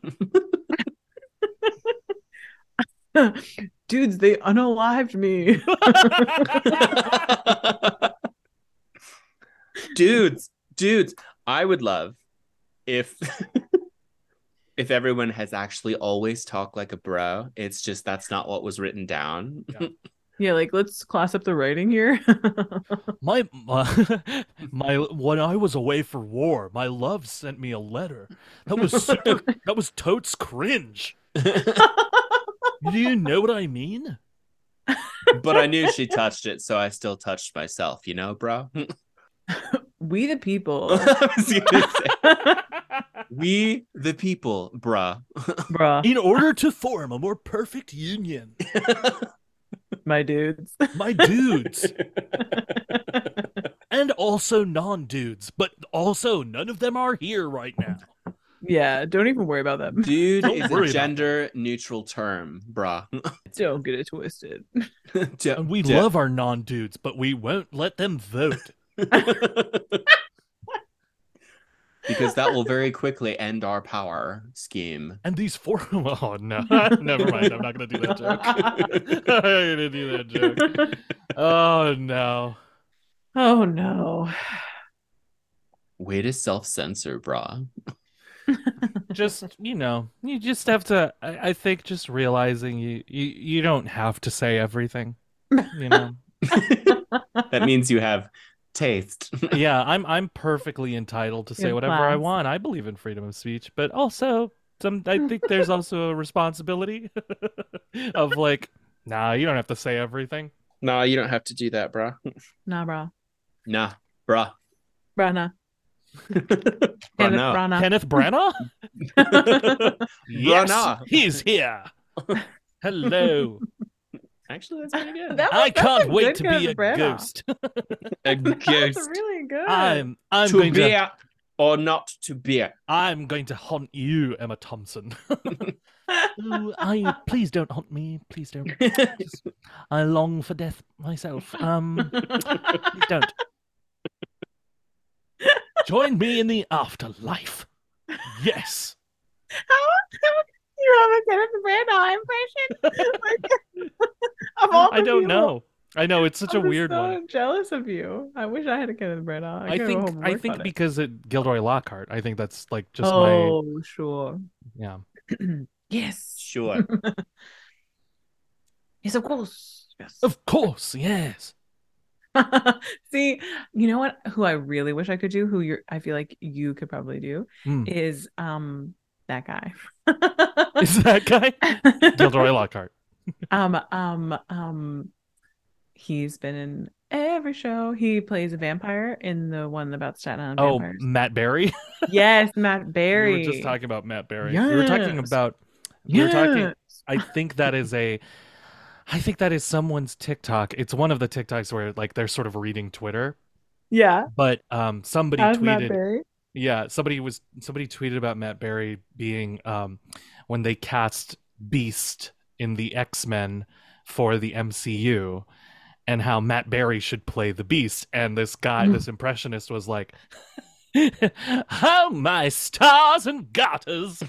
B: Dudes, they unalived me.
C: *laughs* dudes, dudes, I would love if *laughs* if everyone has actually always talked like a bro. It's just that's not what was written down.
B: *laughs* yeah, like let's class up the writing here. *laughs*
A: My my, *laughs* my when I was away for war, my love sent me a letter. That was super, that was totes cringe. Do you know what I mean?
C: but I knew she touched it, so I still touched myself, you know, bro. *laughs*
B: we the people.
C: I was gonna say, we the people, bruh.
B: Bruh,
A: In order to form a more perfect union,
B: my dudes.
A: my dudes and also non-dudes, but also none of them are here right now.
B: Yeah, don't even worry about them. *laughs*
C: Dude
A: Don't
C: is
A: worry
C: a
A: about
C: gender neutral term, bruh.
B: Don't get it twisted.
C: Don't-
A: *laughs* And we
C: don't-
A: love our non-dudes, but we won't let them vote.
C: *laughs* because that will very quickly end our power scheme.
A: And these four *laughs* oh no, never mind. I'm not gonna do that joke.
B: *laughs*
A: I'm not gonna do that joke. Oh no.
B: Oh no.
C: Way to self censor, brah.
A: Just you know, you just have to. I, I think just realizing you, you you don't have to say everything. You know.
C: That means you have taste. *laughs*
A: yeah, I'm I'm perfectly entitled to say
B: Good
A: whatever I
B: class.
A: want. I believe in freedom of speech, but also some I think there's also a responsibility *laughs* of like, nah, you don't have to say everything.
C: nah, you don't have to do that, brah.
B: Nah, brah.
C: Nah, brah.
A: *laughs*
B: Brah, nah. Kenneth Branagh.
C: Branagh.
A: Kenneth Branagh?
C: Branagh.
A: he's here. Hello.
C: Actually, that's pretty
B: *laughs*
C: good.
B: That was-
A: I
B: that's
A: can't
B: a
A: wait
B: good
A: to
B: Kenneth
A: be a
B: Branagh. *laughs*
A: ghost.
C: a
B: That's
C: ghost.
B: really good. *laughs*
A: I'm I'm
C: to
A: going
C: be
A: to
C: or not to *laughs* be.
A: I'm going to haunt you, Emma
B: *laughs*
A: Thompson. *laughs* Ooh, I please don't haunt me. Please don't. Just- I long for death myself. Um please
B: *laughs*
A: don't. Join me in the afterlife.
B: *laughs*
A: Yes.
B: How, how can you have a Kenneth Branagh impression? *laughs* Like, of all
A: I
B: the
A: don't
B: people,
A: know. I know it's such a
B: I'm just
A: weird
B: so
A: one.
B: jealous of you. I wish I had a Kenneth Branagh. I,
A: I
B: could go
A: think
B: home and
A: I
B: work
A: think
B: on it.
A: because it Gilderoy Lockhart. I think that's like just my
B: oh sure. *clears throat*
A: yeah.
B: yes.
C: *laughs* Sure.
B: Yes, of course. Yes.
A: Of course, yes.
B: *laughs* See, you know what? Who I really wish I could do, who you're, I feel like you could probably do,
A: Hmm.
B: is um that guy. *laughs*
A: Is that guy Gilderoy Lockhart?
B: um, um, um, he's been in every show. He plays a vampire in the one about Staten Island
A: Oh,
B: vampires.
A: Matt Berry. *laughs*
B: yes, Matt Berry.
A: We were just talking about Matt Berry. We were talking
B: Yes.
A: about. We were talking.
B: Yes.
A: I think that is a. I think that is someone's TikTok. It's one of the TikToks where like they're sort of reading Twitter,
B: Yeah,
A: but um somebody
B: how's Matt
A: tweeted.
B: Berry?
A: Yeah, somebody was somebody tweeted about Matt Berry being um when they cast Beast in the X Men for the MCU, and how Matt Berry should play the Beast, and this guy, this impressionist, was like. *laughs* How my stars and garters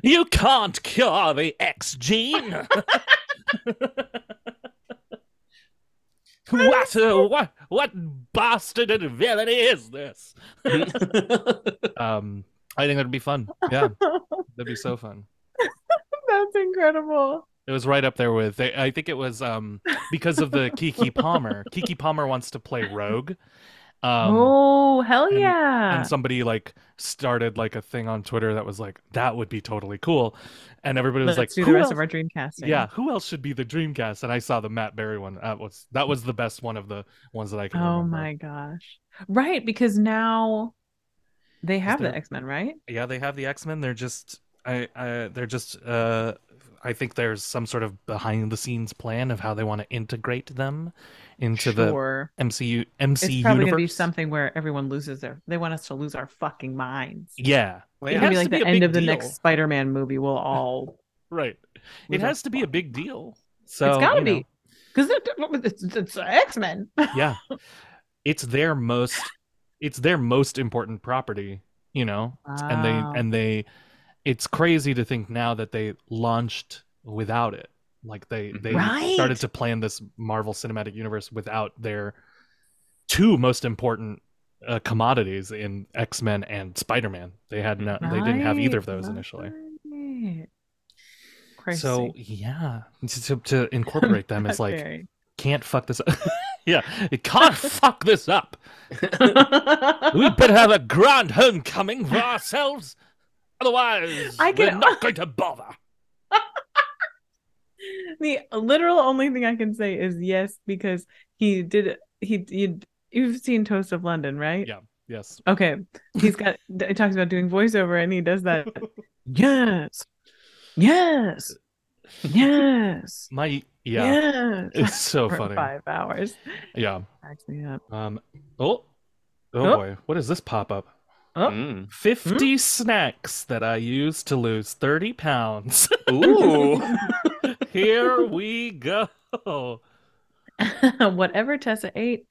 A: You can't cure the X gene. *laughs* what, a, what what bastard and villainy is this? Um, I think that'd be fun. Yeah, *laughs* that'd be so fun.
B: *laughs* That's incredible.
A: It was right up there with. I think it was um because of the
B: *laughs*
A: Kiki Palmer. Kiki Palmer wants to play Rogue. Um,
B: oh hell
A: and-
B: yeah!
A: and somebody like started like a thing on Twitter that was like that would be totally cool, and everybody was like,
B: Let's do the
A: "Who
B: rest
A: else-
B: of our dream casting.
A: Yeah, who else should be the Dreamcast? And I saw the Matt Berry one. That was that was the best one of the ones that I can.
B: Oh
A: remember.
B: my gosh. Right, because now they have the
A: there-
B: X Men, right?
A: Yeah, they have the X Men. They're just I, I they're just uh I think there's some sort of behind the scenes plan of how they want to integrate them into
B: sure.
A: the MCU MC
B: It's probably
A: universe.
B: gonna be something where everyone loses their. They want us to lose our fucking minds.
A: Yeah,
C: Well,
A: It
B: It's
C: yeah.
B: gonna be
A: has
B: like
A: to be
B: the
A: a big
B: end of the
A: deal.
B: next Spider Man
A: *laughs*
B: movie. We'll all.
A: right.
B: lose
A: It
B: our
A: has to be a
B: fuck-
A: big deal. So
B: it's gotta
A: you know,
B: be because it's, it's, it's X Men. *laughs*
A: yeah, it's their most it's their most important property. You know, and they and they it's crazy to think now that they launched without it like they they
B: Right.
A: started to plan this marvel cinematic universe without their two most important uh, commodities in x-men and spider-man they had no they didn't have either of
B: Right,
A: those initially
B: right. Crazy.
A: so yeah to, to, to incorporate them
B: *laughs*
A: is like *laughs*
B: Very.
A: can't fuck this up *laughs* yeah it
B: *laughs*
A: can't fuck this up we better have a grand homecoming for ourselves otherwise
B: I can-
A: we're not going to bother
B: the literal only thing I can say is yes because he did he you you've seen Toast of London right?
A: Yeah. yes
B: Okay, he's got *laughs* he talks about doing voiceover and he
A: *laughs*
B: does that. yes, yes, yes,
A: My *laughs* yeah,
B: yes.
A: it's so
B: For
A: funny.
B: five hours.
A: Yeah.
B: Cracks me up. *laughs*
A: Um. Oh. Oh,
B: Oh.
A: boy. What does this pop up?
C: Mm.
A: Fifty snacks that I use to lose thirty pounds. *laughs*
C: Ooh.
A: Here we go. Oh,
B: Whatever Tessa
A: *laughs*
B: ate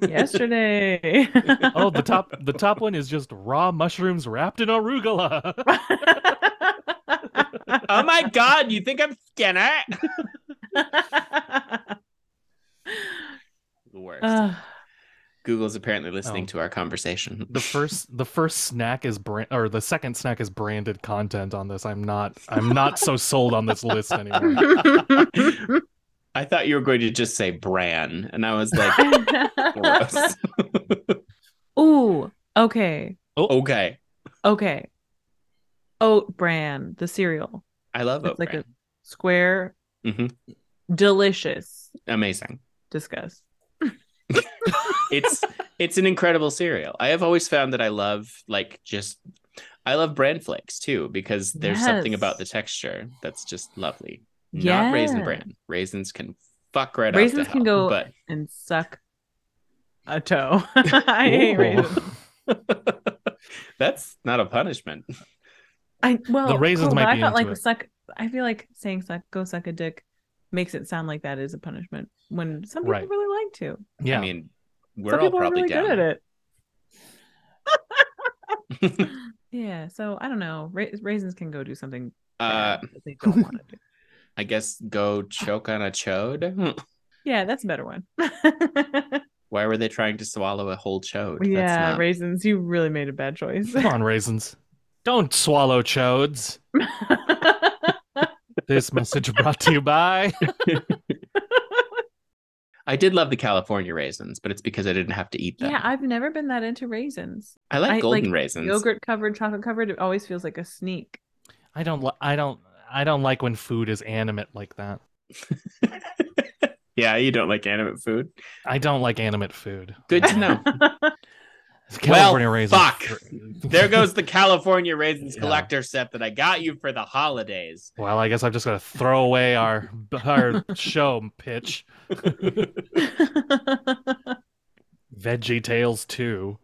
B: yesterday. *laughs*
A: Oh, the top. The top one is just raw mushrooms wrapped in arugula. *laughs*
C: oh my god, you think I'm Skinner? The worst.
B: Ah.
C: Google's apparently listening
A: Oh.
C: to our conversation.
A: The first. The first snack is brand, or the second snack is branded content on this. I'm not. I'm not so sold on this
C: *laughs*
A: list anymore.
C: I thought you were going to just say Bran, and I was like,
B: *laughs*
C: gross.
B: Ooh, okay,
C: okay.
B: okay. Oat bran, the cereal,
C: I love
B: It's
C: oat
B: like a-
C: bran.
B: square,
C: Mhm.
B: delicious.
C: Amazing.
B: Discuss.
C: it's it's an incredible cereal. I have always found that I love like just I love bran flakes too because there's something
B: Yes.
C: about the texture that's just lovely.
B: Yeah.
C: Not raisin bran. Raisins can fuck right
B: Raisins
C: off to
B: can
C: hell,
B: go-
C: but
B: and suck a toe. *laughs* I hate
C: Ooh.
B: raisins.
C: that's not a punishment.
B: I well,
A: raisins might
B: but
A: be
B: I felt like
A: into it.
B: suck. I feel like saying suck, go suck a dick, makes it sound like that is a punishment when some people
A: Right.
B: really like to.
A: Yeah.
C: I mean, we're
B: some
C: all
B: people are
C: probably
B: really
C: down.
B: good at
C: *laughs*
B: it. yeah, so I don't know. Ra- raisins can go do something
C: uh,
B: bad that they don't want to do.
C: I guess go choke on a chode. Hmm.
B: Yeah, that's a better one. *laughs*
C: Why were they trying to swallow a whole chode? That's
B: yeah,
C: not-
B: raisins. You really made a bad *laughs* choice.
A: Come on, raisins. Don't swallow chodes.
B: *laughs*
A: This message brought to you by.
C: I did love the California raisins, but it's because I didn't have to eat them.
B: yeah, I've never been that into raisins.
C: I like
B: I-
C: golden
B: like, *laughs*
C: raisins.
B: Yogurt covered, chocolate covered. It always feels like a sneak. *laughs*
A: I don't. Li- I don't. I don't like when food is animate like that.
C: Yeah, you don't like animate food.
A: I don't like animate food. *laughs*
C: Good to know. Well, fuck. there goes the California raisins
A: Yeah.
C: collector set that I got you for the holidays.
A: *laughs* Well, I guess I'm just gonna throw away our our show *laughs* pitch. Veggie Tales Two: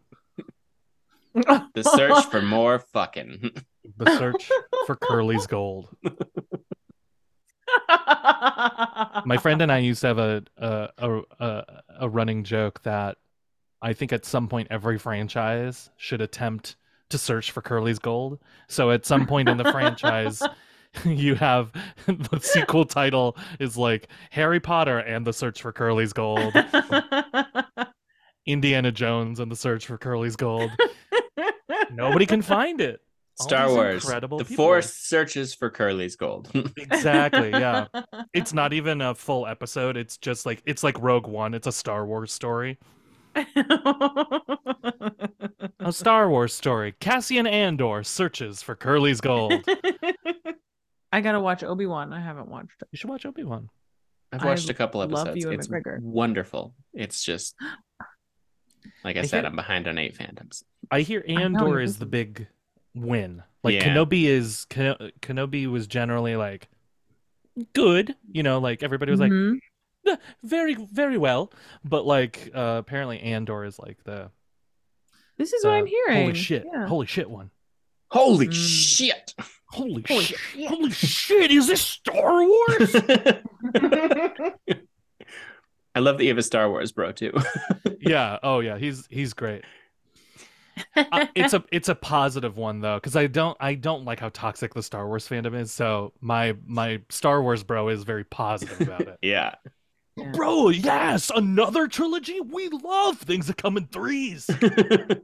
B: *laughs*
C: The search for more fucking. *laughs*
A: The Search for Curly's Gold. My friend and I used to have a a a, a, a running joke that I think at some point every franchise should attempt to search for Curly's Gold. So at some point in the franchise, *laughs* you have *laughs* the sequel title is like Harry Potter and the Search for Curly's Gold,
B: *laughs*
A: Indiana Jones and the Search for Curly's Gold. Nobody can find it. All
C: Star
A: these
C: Wars.
A: incredible
C: The
A: people.
C: Force searches for Curly's gold. *laughs*
A: Exactly. Yeah. It's not even a full episode. It's just like it's like Rogue One. It's a Star Wars story. A Star Wars story. Cassian Andor searches for Curly's
B: *laughs*
A: gold. You
B: I gotta watch Obi Wan. I haven't watched it.
A: should watch Obi Wan.
C: I've
B: I
C: watched a couple
B: love
C: episodes.
B: Ewan
C: it's
B: McGregor.
C: wonderful. It's just
B: *gasps*
C: like I,
A: I
C: said,
A: hear-
C: I'm behind on eight phantoms.
A: I hear
B: know,
A: Andor
B: you're
A: is the
B: busy.
A: big win. Like
C: Yeah.
A: Kenobi is Ken- Kenobi was generally like good. You know, like everybody was like
B: Mhm.
A: "Yeah, very very well, but like uh, apparently Andor is like the
B: "This is what
A: the
B: I'm hearing."
A: uh, Holy shit!
B: Yeah.
A: Holy shit! One.
C: Holy
B: Mm.
C: shit!
A: Holy,
C: Holy
A: shit. Holy shit! Is this Star
C: *laughs*
A: Wars?
C: I love that you have a Star Wars bro too.
A: *laughs*
C: *laughs*
A: yeah. Oh yeah. He's he's great. *laughs* Uh, it's a it's a positive one though, because I don't I don't like how toxic the Star Wars fandom is. So my my Star Wars bro is very positive about it.
C: yeah.
B: Yeah.
A: *laughs* bro, yes, another trilogy. We love things that come in *laughs* threes.
C: it's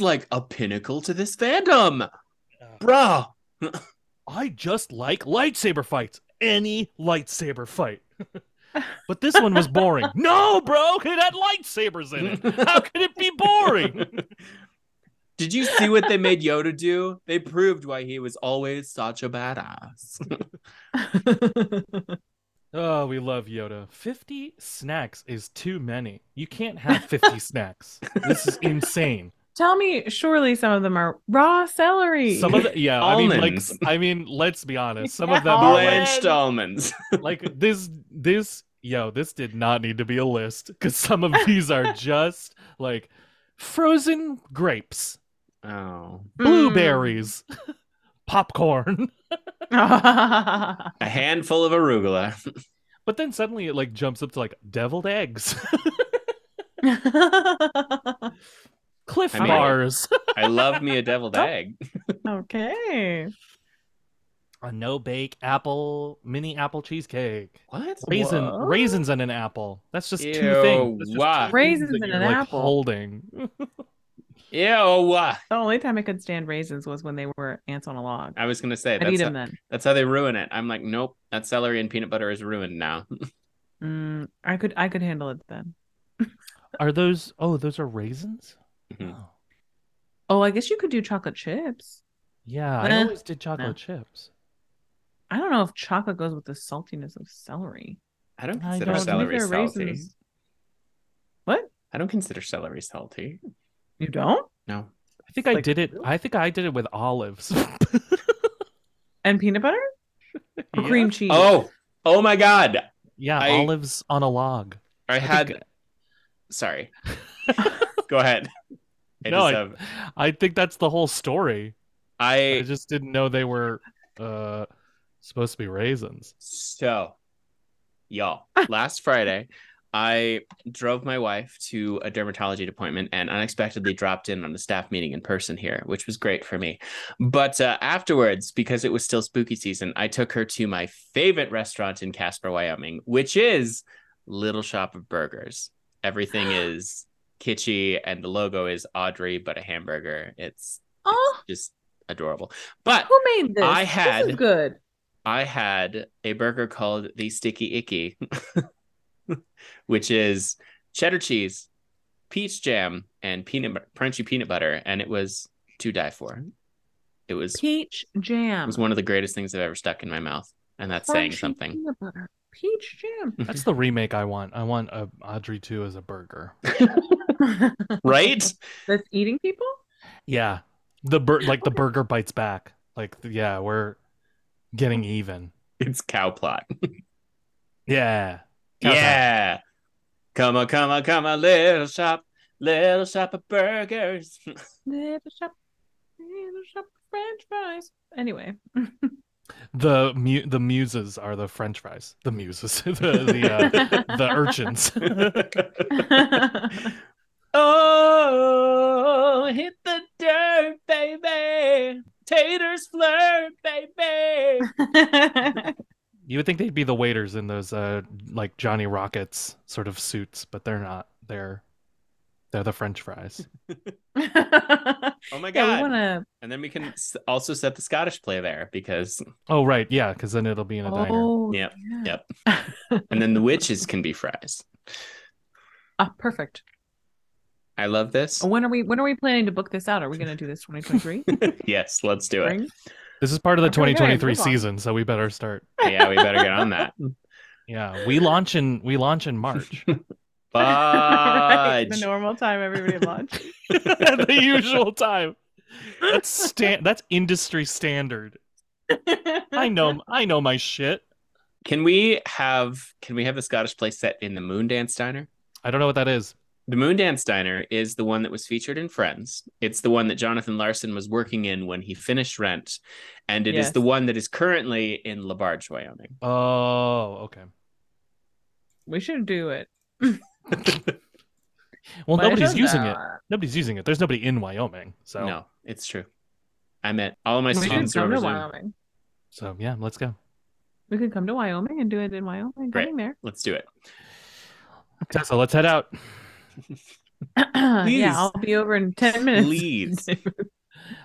C: like a pinnacle to this fandom. Bruh.
A: I just like lightsaber fights. Any lightsaber *laughs* fight. but this one was boring. no, bro, it had lightsabers in it. How could it be boring?
C: Did you see what they made Yoda do? They proved why he was always such a badass.
A: *laughs* Oh, we love Yoda. 50 snacks is too many. You can't have *laughs* 50 snacks. This is insane.
B: Tell me, surely some of them are raw celery.
A: Some of the, yeah, I mean like
C: Almonds.
A: I mean, let's be honest. Some
B: Yeah,
A: of them are like,
C: Blanched almonds.
A: like this this yo, this did not need to be a list cuz some of these
B: *laughs*
A: are just like frozen grapes,
C: Oh.
B: Hmm.
A: blueberries, *laughs* popcorn.
B: Mm. *laughs*
C: A handful of arugula.
A: But then suddenly it like jumps up to like deviled eggs, *laughs* cliff
C: I mean-
A: bars. *laughs*
C: I love me a deviled egg.
B: okay.
A: a no bake apple mini apple cheesecake.
C: What?
A: Raisin
B: What?
A: raisins and an apple. That's just two
C: Ew,
A: things. That's just two
C: wow.
A: things
B: Raisins
A: that
B: and
A: you're,
B: an
A: like,
B: apple.
A: Holding.
C: Ew.
B: The only time I could stand raisins was when they were ants on a log.
C: I was gonna say
B: I'd eat
C: that's
B: them
C: how,
B: then.
C: that's how they ruin it. I'm like, nope, that celery and peanut butter is ruined now.
B: Mm, I could I could handle it then.
A: Are those? Oh, those are raisins.
C: Mhm.
A: Oh.
B: Oh, I guess you could do chocolate chips.
A: Yeah, I
B: Eh,
A: always did chocolate
B: no.
A: chips.
B: I don't know if chocolate goes with the saltiness of celery.
C: I don't
A: I
C: consider
A: don't
B: But
A: either,
C: celery
B: neither
C: salty.
B: raisins- What?
C: I don't consider celery salty.
B: You don't?
C: No.
A: I think I
B: Like-
A: did it. I think I did it with olives. *laughs*
B: And peanut butter? Or
A: Yeah.
B: cream cheese?
C: Oh, oh my God.
A: Yeah,
C: I-
A: olives on a log.
C: I had.
A: *laughs*
C: Sorry. Go ahead. I
A: no,
C: just
A: I,
C: have-
A: I think that's the whole story. I
C: I
A: just didn't know they were uh, supposed to be raisins.
C: So, y'all, last Friday, I drove my wife to a dermatology appointment and unexpectedly dropped in on a staff meeting in person here, which was great for me. But uh, afterwards, because it was still spooky season, I took her to my favorite restaurant in Casper, Wyoming, which is Little Shop of Burgers. Everything is kitschy and the logo is Audrey, but a hamburger. It's
B: Oh,
C: just adorable. But
B: who made this?
C: I
B: This is
C: had-
B: good.
C: I had a burger called the Sticky Icky, *laughs* which is cheddar cheese, peach jam, and peanut bu- crunchy peanut butter, and it was to die for. It was
B: Peach
C: it
B: jam.
C: was one of the greatest things I've ever stuck in my mouth, and that's saying
B: Crunchy
C: something.
B: Peanut butter. Peach jam.
A: That's the remake I want. I want a Audrey 2 as a
C: *laughs*
A: burger.
C: Right?
B: *laughs*
C: *laughs*
B: That's eating people?
A: Yeah. The bur- like the burger bites back. Like yeah, we're getting even.
C: It's cow plot.
A: Yeah. Cow
C: yeah. Come on, come on, come on, little shop, little shop of burgers. *laughs*
B: Little shop, little shop of French fries. Anyway,
A: The mu- the muses are the french fries. The muses. *laughs* the the, uh,
B: *laughs*
A: the urchins.
C: Oh, hit the dirt, baby. Taters flirt, baby.
A: You would think they'd be the waiters in those uh like Johnny Rockets sort of suits, but they're not. They're they're the french *laughs* fries.
C: Oh my
B: yeah,
C: god.
B: we want to.
C: And then we can s- also set the Scottish play there because
A: Oh right, yeah, cuz then it'll be in a diner.
B: Oh,
C: Yep,
B: yeah.
C: yep. and then the witches can be fries.
B: Ah, perfect.
C: I love this.
B: When are we? When are we planning to book this out? Are we going to do this 2023?
C: yes, let's do it.
B: Spring?
A: This is part of the
B: Okay, we gotta
A: 2023
B: move on.
A: season, so we better start.
C: Yeah, we better get on *laughs* that.
A: Yeah, we launch in we launch in
B: *laughs*
A: March.
B: Right, the
C: Fudge.
B: normal time everybody launched.
A: at the usual time. That's stand. That's industry standard. I know. I know my shit.
C: Can we have can we have the Scottish play set in the Moondance Diner?
A: I don't know what that is.
C: The Moondance Diner is the one that was featured in Friends. It's the one that Jonathan Larson was working in when he finished Rent, and it is
B: Yes.
C: the one that is currently in LaBarge, Wyoming.
A: Oh, okay.
B: We should do it.
A: Well,
B: But
A: nobody's
B: don't
A: using
B: know.
A: it. Nobody's using it. There's nobody in Wyoming. So
C: No, it's true. I met all of my
B: We could
C: students are
B: come
C: over
B: to
C: Zoom.
B: Wyoming.
A: So yeah, let's go.
B: We could come to Wyoming and do it in Wyoming.
C: Great.
B: Coming there. *clears throat*
C: Let's do it.
A: Tessa, let's head out.
B: yeah,
C: Please.
B: I'll be over in ten minutes.
C: Please.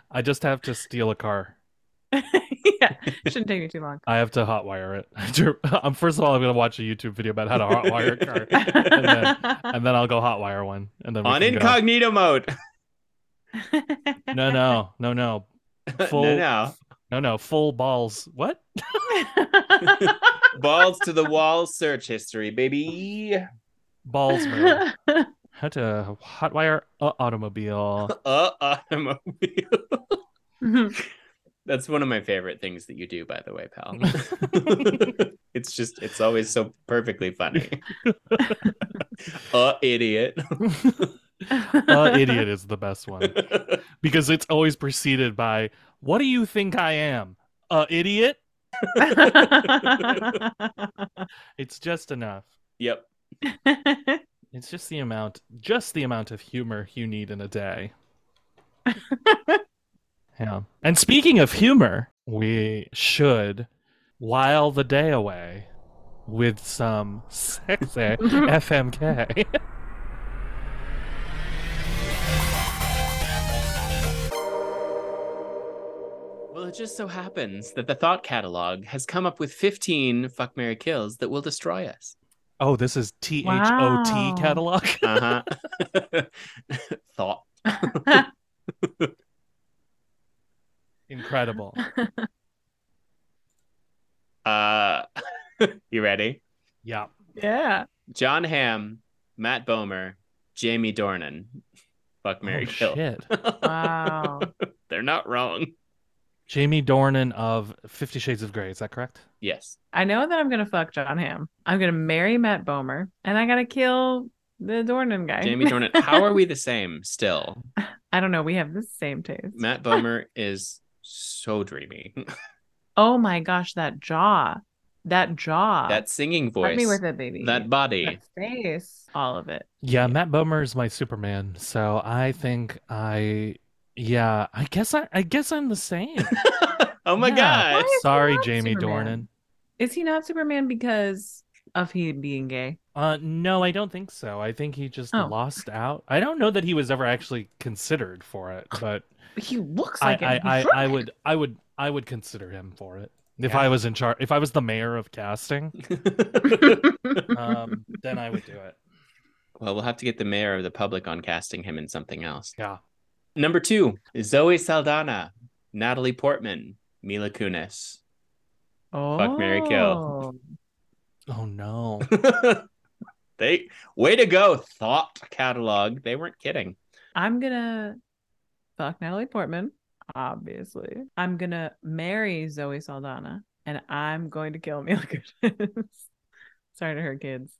A: I just have to steal a car.
B: *laughs* yeah, shouldn't take me too long.
A: I have to hotwire it. *laughs* After- um, First of all, I'm gonna watch a YouTube video about how to hotwire *laughs* a car, and then I'll go hotwire one, and then we
C: On
A: can go.
C: incognito mode. *laughs*
A: No, no, no, no, Full-
C: no, no.
A: no, no. Full balls. What?
C: Balls to the wall search history, baby.
A: Balls. mode.
C: *laughs*
A: How to hotwire a automobile.
C: Uh, *laughs* automobile. That's one of my favorite things that you do, by the way,
A: *laughs*
C: pal. *laughs* it's just, it's always so perfectly funny. *laughs* uh, idiot. *laughs*
A: uh, idiot is the best one because it's always preceded by "What do you think I am, uh, idiot?" It's just enough.
C: yep.
A: It's just the amount, just the amount of humor you need in a day. yeah. And speaking of humor, we should while the day away with some sexy FMK.
C: Well, it just so happens that the thought catalog has come up with 15 fuck Mary kills that will destroy us.
A: *laughs* Oh, this is T H O
B: Wow.
A: T catalog.
C: Uh huh. *laughs* thought.
A: Incredible.
C: Uh, *laughs* you ready?
A: Yeah.
B: yeah.
C: John Hamm, Matt Bomer, Jamie Dornan. Fuck Mary
A: oh,
C: Kill. *laughs*
A: shit.
B: Wow.
C: They're not wrong.
A: Jamie Dornan of Fifty Shades of Grey. Is that correct?
C: Yes.
B: I know that I'm gonna fuck John Hamm. I'm gonna marry Matt Bomer, and I gotta kill the Dornan guy.
C: Jamie Dornan. How are we the same still?
B: *laughs* I don't know. We have the same taste.
C: Matt Bomer is so dreamy.
B: oh my gosh, that jaw, that jaw.
C: that singing
B: Let
C: voice.
B: me with it, baby.
C: that body.
B: *laughs* That face, all of it.
A: Yeah, Matt Bomer is my Superman. So I think I, yeah, I guess I, I guess I'm the same.
C: oh my
A: Yeah.
C: god.
B: Why? Yes,
A: Sorry,
B: you are
A: Jamie
B: Superman.
A: Dornan.
B: Is he not Superman because of he being gay?
A: Uh, no, I don't think so. I think he just
B: Oh.
A: lost out. I don't know that he was ever actually considered for it, but
B: He looks
A: I,
B: like it.
A: I,
B: He's
A: I, I
B: Superman.
A: would, I would, I would consider him for it. If
C: Yeah.
A: I was in charge, if I was the mayor of
B: *laughs*
A: casting, um, then I would do it.
C: *laughs* well, we'll have to get the mayor of the public on casting him in something else.
A: Yeah.
C: Number two, Zoe Saldana, Natalie Portman, Mila Kunis. *laughs*
B: Oh.
C: Fuck, marry, kill.
A: Oh
B: *laughs*
A: no.
C: they way to go, thought catalog. They weren't kidding.
B: I'm gonna fuck Natalie Portman, obviously. I'm gonna marry Zoe Saldana, and I'm going to kill *laughs* Mila Kunis. Sorry to her kids.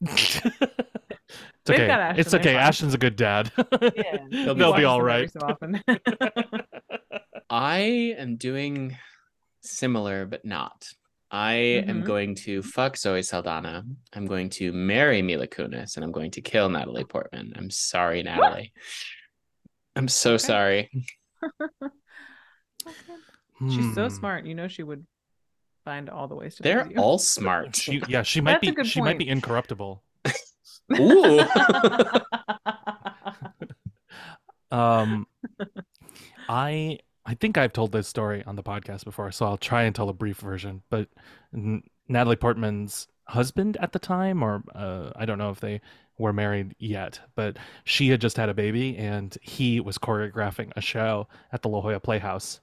A: it's
B: They've
A: okay.
B: got Ashton,
A: it's
B: they're
A: okay.
B: fine.
A: Ashton's a good dad.
B: Yeah,
A: *laughs* They'll
B: watch
A: be
B: them
A: all
B: every
A: right.
B: So
A: *laughs*
B: often. *laughs*
C: I am doing similar, but not. I am
A: Mm-hmm.
B: Mhm.
C: going to fuck Zoe Saldana. I'm going to marry Mila Kunis, and I'm going to kill Natalie Portman. I'm sorry, Natalie. I'm so sorry.
B: She's so
A: Hmm.
B: smart. You know she would find all the ways to.
C: They're
B: please *laughs* you.
C: all smart.
A: She, yeah, she might
B: That's a
A: be.
B: good
A: She might be
B: point.
A: incorruptible. *laughs*
C: Ooh.
A: Um, I I think I've told this story on the podcast before, so I'll try and tell a brief version. But N- Natalie Portman's husband at the time, or uh, I don't know if they were married yet, but she had just had a baby, and he was choreographing a show at the La Jolla Playhouse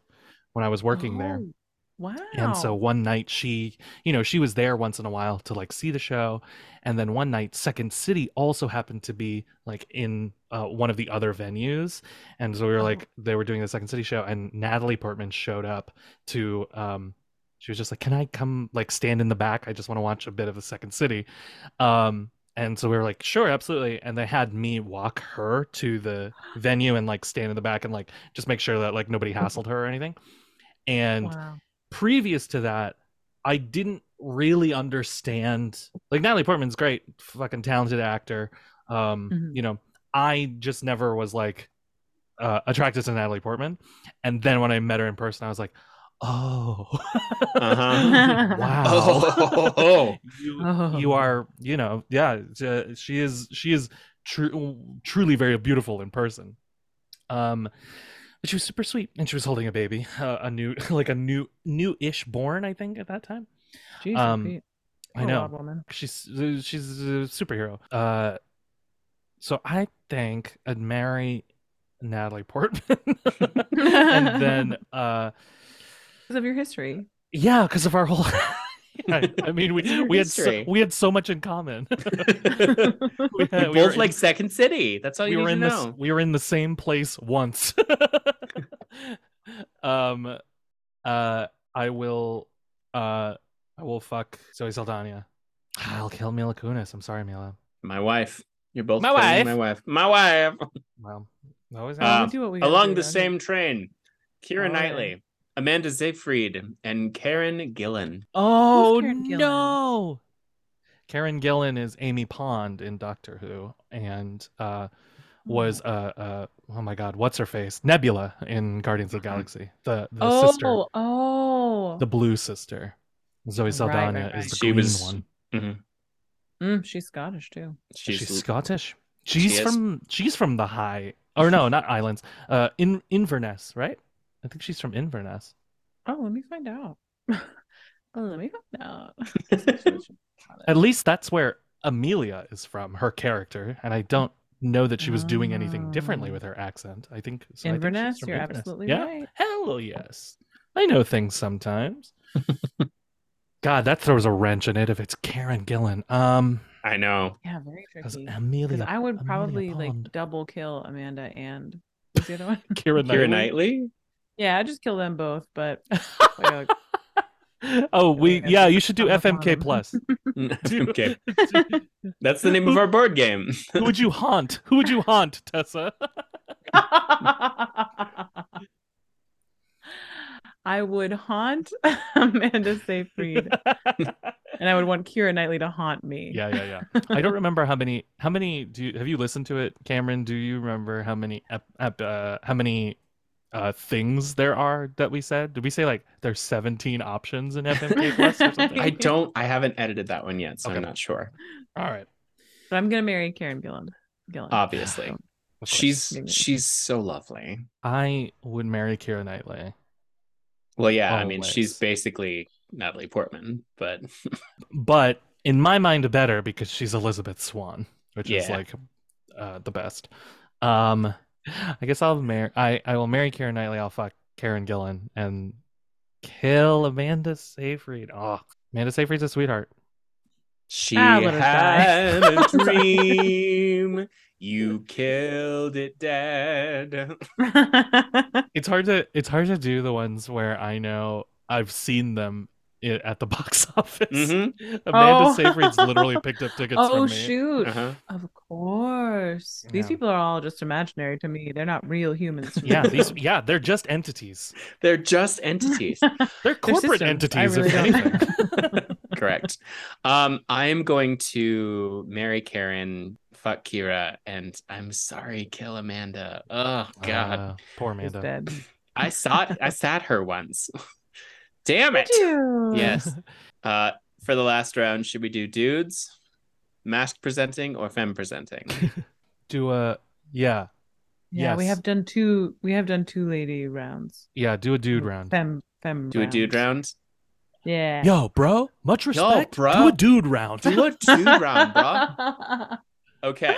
A: when I was working there.
B: Oh, Wow.
A: And so one night she, you know, she was there once in a while to like see the show. And then one night, Second City also happened to be like in uh, one of the other venues. And so we were
B: Oh.
A: like, they were doing the Second City show, and Natalie Portman showed up to, um, she was just like, Can I come like stand in the back? I just want to watch a bit of the Second City. Um, and so we were like, Sure, absolutely. And they had me walk her to
B: *gasps*
A: the venue and like stand in the back and like just make sure that like
B: *laughs*
A: nobody hassled her or anything. And
B: Wow.
A: previous to that, I didn't really understand. Like Natalie Portman's great, fucking talented actor. Um,
B: Mhm.
A: you know, I just never was like uh, attracted to Natalie Portman, and then when I met her in person, I was like, oh,
C: Uh-huh.
A: *laughs* wow, *laughs*
C: *laughs* Oh.
A: you,
B: Oh.
A: you are, you know, yeah, it's, uh, she is, she is tru- truly very beautiful in person. Um, but she was super sweet, and she was holding a baby, *laughs* uh, a new, like a new, new-ish born, I think, at that time.
B: Jeez,
A: Um,
B: Pete.
A: I
B: What a
A: know.
B: wild woman.
A: She's uh, she's a superhero. Uh, so I think I'd marry Natalie Portman, *laughs* and then uh,
B: because of your history.
A: yeah, because of our whole. *laughs* I, I mean, we
C: Your
A: we had so,
C: history.
A: we had so much in common. we,
C: We
A: had- we were
C: both
A: in-
C: like Second City. That's all
A: we
C: you
A: were
C: need
A: in
C: to
A: this
C: know.
A: we were in the same place once. um, uh, I will, uh, I will fuck Zoe Saldana. I'll kill Mila Kunis. I'm sorry, Mila.
C: My wife. You're both
A: My
C: killing
A: wife.
C: My wife. My wife.
A: Well, always
C: Uh,
B: we do what we gotta
C: Along
B: do
C: the
B: around
C: same train, Kira
B: Oh, yeah.
C: Knightley, Amanda Seyfried, and Karen Gillan.
A: Oh
B: Karen Gillan?
A: no! Karen Gillan is Amy Pond in Doctor Who, and uh, was uh, uh, oh my God, what's her face? Nebula in Guardians of the
C: Mhm.
A: Galaxy. The the
B: oh,
A: sister,
B: oh,
A: the blue sister, Zoe
B: Right,
A: Saldana
B: right,
A: is
B: right.
A: the
C: She
A: green
C: was-
A: one.
B: Mm, she's Scottish too.
A: She's,
C: She's,
A: Scottish. She's
C: is.
A: from she's from the high or no, not islands. Uh, in Inverness, right? I think she's from Inverness.
B: Oh, let me find out. *laughs* Oh, let me find out. *laughs*
A: *laughs* At least that's where Amelia is from, her character, and I don't know that she was doing anything differently
B: Oh.
A: with her accent. I think so I think she's
B: Inverness,
A: from
B: you're
A: Inverness.
B: absolutely
A: yeah?
B: right.
A: Hell yes, I know things
C: *laughs*
A: sometimes. God, that throws a wrench in it if it's Karen Gillan. Um,
C: I know.
B: Yeah, very
A: Because
B: tricky. Because
A: Amelia,
B: I would
A: Amelia
B: probably
A: Pond.
B: like double kill Amanda and what's the
A: *laughs*
B: other one?
A: Kira
C: Kira
A: Knightley.
C: Knightley?
B: Yeah, I just kill them both,
A: *laughs*
B: but like,
A: oh, we
B: Knightley.
A: yeah, you should do
B: I'm up on
A: FMK
B: them.
A: plus. *laughs*
B: *laughs*
C: okay. That's the name of our board game.
A: Who would you haunt? Who would you haunt, Tessa?
B: I would haunt *laughs*
A: *laughs*
B: Amanda Seyfried, and I would want Kira Knightley to haunt me.
A: Yeah, yeah, yeah. I don't remember how many. How many do you have you listened to it, Cameron? Do you remember how many ep, ep, uh, how many uh, things there are that we said? Did we say like there's 17 options in FMK Plus or something?
C: *laughs* I don't I haven't edited that one yet, so I'm
A: Okay.
C: not sure.
A: All right,
B: But I'm gonna marry Karen Gillan. Gillan.
C: Obviously.
B: *laughs* So,
A: Of course.
C: She's
B: Maybe.
C: she's so lovely.
A: I would marry Kira Knightley.
C: Well, yeah, I mean, she's
A: Always.
C: basically Natalie Portman, but
A: but in my mind better because she's elizabeth swan which is
C: Yeah.
A: like uh, the best um i guess i'll marry i i will marry karen knightley i'll fuck karen gillan and kill amanda seyfried oh amanda seyfried's a sweetheart
C: she
B: Ah, let her
C: had
B: die. *laughs*
C: a
B: I'm sorry.
C: dream. You killed it
B: *laughs*
C: dead.
A: it's hard to it's hard to do the ones where i know i've seen them i- at the *laughs* box office
C: Mhm.
A: amanda
B: Oh.
A: seyfried's literally picked up tickets
B: oh
A: from me
B: shoot!
C: Uh-huh.
B: Of course, these
A: Yeah.
B: people are all just imaginary to me. They're not real humans. to me.
A: yeah
B: *laughs*
A: these yeah they're just entities
C: They're just entities.
A: they're corporate
B: systems. I
A: entities
B: really
A: if
B: *laughs* don't-
A: *laughs* anything
C: Correct. Um, I am going to marry Karen, fuck Kira, and I'm sorry, kill Amanda. Oh God.
A: Uh, poor
B: He's
A: amanda
B: dead.
C: I saw I sat her once. Damn it. Yes. Uh for the last round, should we do dudes, mask presenting, or femme presenting?
A: do a yeah
B: Yeah, we
A: Yes.
B: have done two. We have done two lady rounds.
A: yeah do a dude round
B: Fem, fem.
C: Do a dude round?
B: Yeah. *laughs*
A: yo bro much respect
C: bro.
A: do a dude round
C: *laughs* Do a dude
B: *laughs*
C: round, bro. Okay.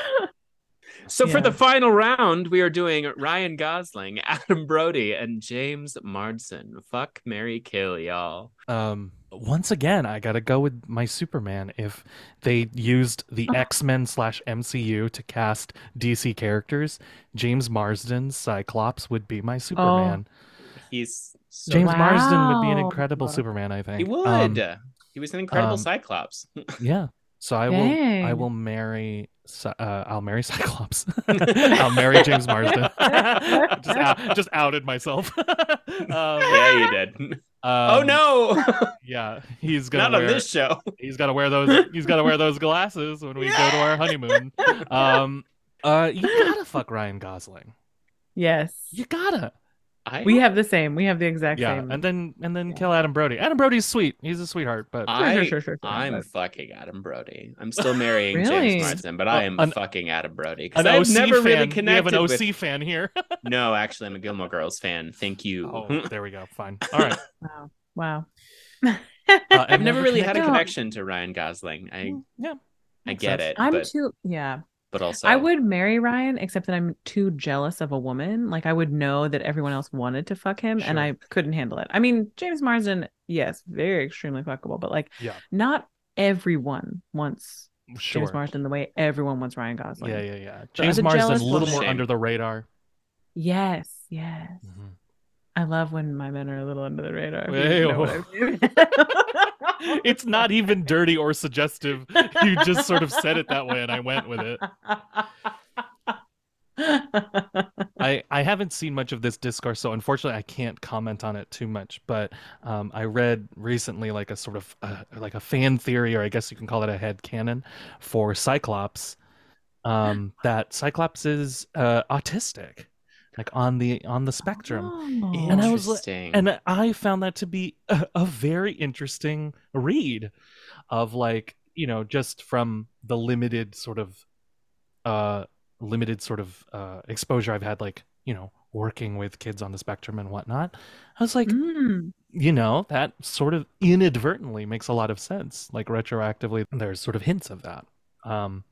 C: So for
B: Yeah.
C: the final round, we are doing Ryan Gosling, *laughs* Adam Brody, and James Marsden. Fuck Mary Kill, y'all.
A: um once again i gotta go with my superman if they used *laughs* the x-men slash mcu to cast dc characters james marsden's cyclops would be my superman
C: He's so
A: james marsden would be an
B: Wow.
A: incredible superman i think
C: he would.
A: Um,
C: he was an incredible
A: um,
C: cyclops.
A: *laughs* yeah so i will i
B: Dang.
A: will marry Cy- uh, i'll marry *laughs* cyclops i'll marry james *laughs*
B: *laughs*
A: marsden just, out, just outed myself *laughs* um,
C: yeah, you did. oh
A: um,
C: no.
A: Yeah, *laughs* he's gonna
C: *laughs* Not
A: wear,
C: on this show.
A: he's gotta wear
C: *laughs*
A: those he's gotta wear those glasses when we go to our honeymoon. Um uh
C: *laughs*
A: you gotta fuck Ryan Gosling.
B: Yes.
A: You gotta.
C: I
B: We have the same. We have the exact
A: Yeah.
B: same.
A: And then and then
B: Yeah.
A: kill Adam Brody. Adam Brody's sweet. He's a sweetheart, but
C: I-
B: Sure, sure, sure, sure, sure.
C: I'm
B: But-
C: fucking Adam Brody. I'm still marrying
B: Really?
C: James Marsden, but I am
A: Oh, An-
C: fucking Adam Brody because
A: an
C: I've
A: OC
C: never
A: fan.
C: really
A: we have an
C: connected
A: OC
C: with.
A: fan here. *laughs*
C: No, actually, I'm a Gilmore Girls fan. Thank you. *laughs*
A: oh, there we go. Fine. All right.
B: Wow. Wow.
A: *laughs* Uh,
C: I've never really had a
B: connected.
C: connection to Ryan Gosling. I
A: Yeah.
C: I
A: Makes
C: get
A: sense.
C: it,
B: *laughs* I'm
C: but
B: too. Yeah.
C: but also
B: I would marry Ryan, except that I'm too jealous of a woman. Like I would know that everyone else wanted to fuck him,
A: Sure.
B: and I couldn't handle it. I mean, James Marsden, yes, very extremely fuckable, but like,
A: Yeah.
B: not everyone wants
A: Sure.
B: James Marsden the way everyone wants Ryan Gosling.
A: yeah, yeah, yeah. James
B: a
A: Marsden's
B: jealous
A: a little
B: woman.
A: more
C: Shame.
A: under the radar.
C: *laughs*
B: Yes, yes.
A: Mm-hmm.
B: I love when my men are a little under the radar. if you know what I mean.
A: It's not even dirty or suggestive. oh. *laughs* You just sort of said it that way and I went with
B: *laughs*
A: it. I, I haven't seen much of this discourse, so unfortunately I can't comment on it too much. But um, I read recently like a sort of uh, like a fan theory, or I guess you can call it a head canon for Cyclops, um, that Cyclops is uh, autistic, like on the on the spectrum.
B: Oh.
A: And I was like-
C: Interesting.
A: And uh, I found that to be a, a very interesting read of like, you know, just from the limited sort of uh limited sort of uh exposure I've had like, you know, working with kids on the spectrum and whatnot. I was like,
B: Mm.
A: you know, that sort of inadvertently makes a lot of sense. Like retroactively there's sort of hints of that. Um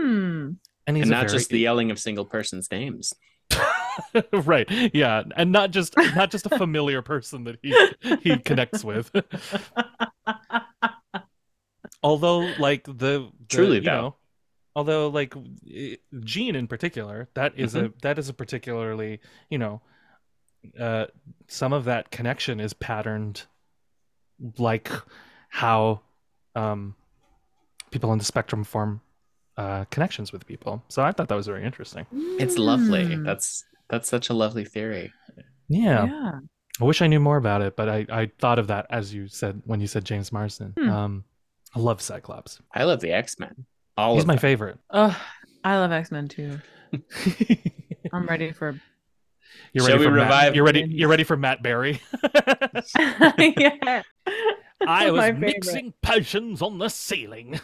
B: Mm.
A: and he's
C: And
A: a
C: not
A: very-
C: just the yelling of single person's names.
A: *laughs* right. Yeah. And not just not just a familiar person that he he connects with. *laughs* although like the, the
C: Truly,
A: you
C: though.
A: know, although like i- Gene in particular, that is a that is a particularly you know, uh, some of that connection is patterned, like how um, people on the spectrum form uh, connections with people. So I thought that was very interesting.
C: It's lovely.
B: Mm.
C: That's that's such a lovely theory.
A: Yeah,
B: yeah.
A: I wish I knew more about it, but I I thought of that as you said when you said James Marsden.
B: Hmm.
A: Um, I love Cyclops.
C: I love the X Men. All
A: He's
C: of
A: my
C: them.
A: favorite.
B: Ugh, I love X Men too.
C: *laughs*
B: I'm ready for. *laughs*
A: You're
C: Shall
A: ready
C: we
A: for
C: revive-
A: Matt, you're ready. You're ready for Matt
B: *laughs*
A: Berry.
C: *laughs*
B: yeah.
A: I
B: That's
A: was
B: my favorite.
A: mixing potions on the ceiling.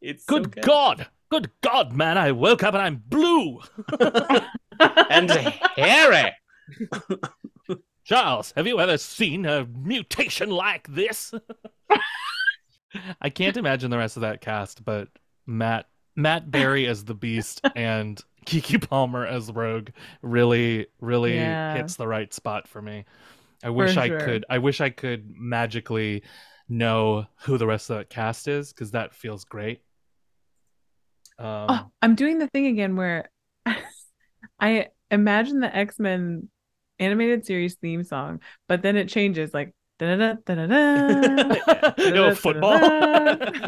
C: It's so
A: Good God, good God, man! I woke up and I'm blue.
C: and hairy.
A: Charles, have you ever seen a mutation like this? *laughs* I can't imagine the rest of that cast, but Matt Matt Berry as the
B: *laughs*
A: Beast and Kiki Palmer as Rogue really really
B: Yeah.
A: hits the right spot for me. I wish I
B: sure.
A: could I wish I could magically know who the rest of that cast is cuz that feels great. Um *laughs*
B: Oh, I'm doing the thing again where *laughs* I imagine the X Men animated series theme song, but then it changes like da da da da
C: *laughs*
B: da.
A: you
B: *laughs*
A: know, football.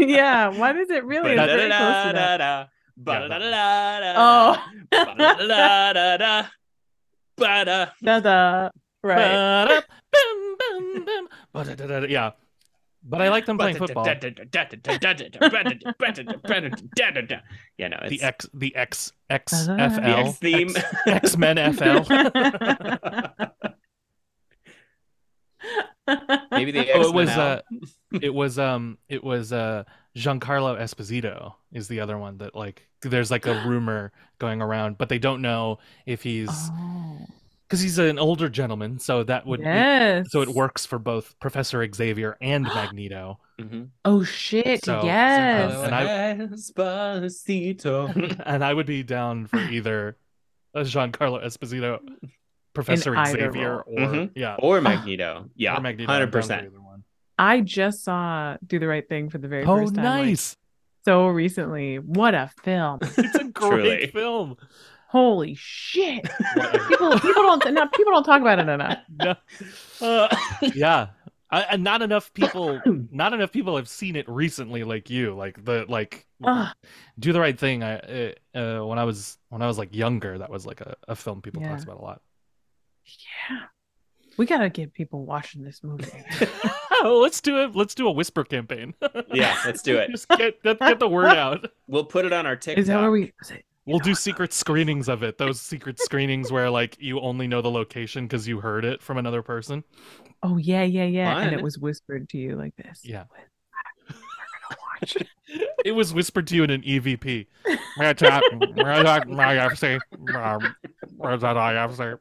B: yeah, why does it really? It's very close to that.
C: Ba-da-da-da-da-da. Ba-da-da-da-da-da.
B: Oh,
C: Ba-da-da-da-da. Ba-da.
B: da da. Right.
A: Ba-da, bum, bum, bum. Ba-da-da-da-da. Yeah. But I like them playing football.
C: You know,
A: The
C: it's
A: X the X X
B: Ba-da.
A: F
B: The
C: the
A: L
C: X theme.
A: X Men
C: *laughs*
B: *laughs*
A: FL.
C: Maybe the X
A: Oh, it was uh it was um it was uh Giancarlo Esposito is the other one that like there's like
B: *gasps*
A: a rumor going around, but they don't know if he's
B: Oh,
A: because he's an older gentleman, so that would
B: yes.
A: so it works for both Professor Xavier and Magneto.
B: Oh shit!
A: So-
B: yes.
A: and I-
C: Esposito.
A: *laughs* and I would be down for either a Giancarlo Esposito, Professor
B: either
A: Xavier,
B: role.
A: or
C: Mhm.
A: yeah,
C: Or Magneto. Yeah.
A: or Magneto. I'm down
C: Hundred
A: for
C: percent.
A: either one.
B: I just saw Do the Right Thing for the very
A: Oh,
B: first time. like, *laughs*
A: nice!
B: so recently. What a
A: *laughs*
B: film.
A: It's a
C: Truly.
A: great film.
B: Holy shit. people people don't not, people don't talk about
A: *laughs*
B: it enough. *laughs*
A: No,
B: Uh,
A: yeah, I, and not enough people, not enough people have seen it recently, like you, like the like.
B: Ugh.
A: Do the right thing. I uh, uh, when I was when I was like younger, that was like a, a film people
B: Yeah.
A: talked about a lot. *laughs*
B: yeah. We gotta get people watching
A: *laughs*
B: this movie.
A: oh, let's do it. Let's do a whisper campaign.
C: yeah,
A: *laughs*
C: let's do it.
A: Just get get get the word out.
C: We'll put it on our TikTok.
B: Is that where we is it-
A: We'll do secret screenings of it. Those secret screenings where like you only know the location because you heard it from another person.
B: Oh yeah, yeah, yeah. And
C: Fun.
B: it was whispered to you like this. *laughs*
A: Yeah.
B: Watch.
A: It was whispered to you in an E EVP. That's not- that's not my IFC. Um, that's not IFC.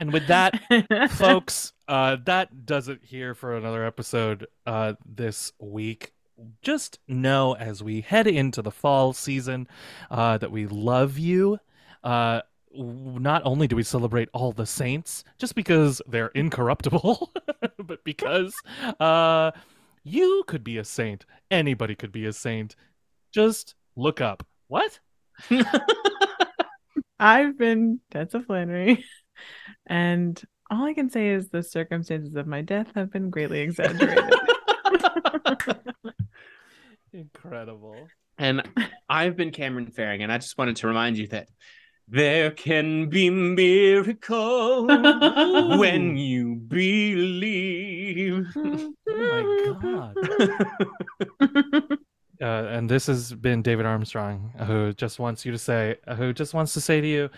A: and with that,
B: *laughs*
A: folks uh that does it here for another episode uh this week just know as we head into the fall season uh that we love you uh w- not only do we celebrate all the saints just because they're incorruptible *laughs* but because uh you could be a saint anybody could be a saint just look up what
B: I've been Tessa Flannery, *laughs* and all I can say is the circumstances of my death have been greatly exaggerated.
A: incredible
C: And I've been Cameron Faring, and I just wanted to remind you that there can
B: *laughs*
C: be miracles when you believe.
B: oh
A: my *laughs* uh, and this has been David Armstrong, who just wants you to say, uh, who just wants to say to you,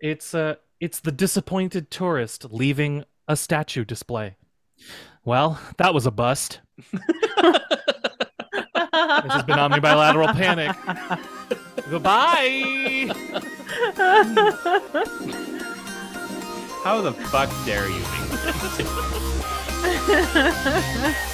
A: it's uh, it's the disappointed tourist leaving a statue display. Well, that was a bust. This has been
B: *laughs*
A: Omnibilateral Panic. Goodbye.
C: How the fuck dare you?
B: god.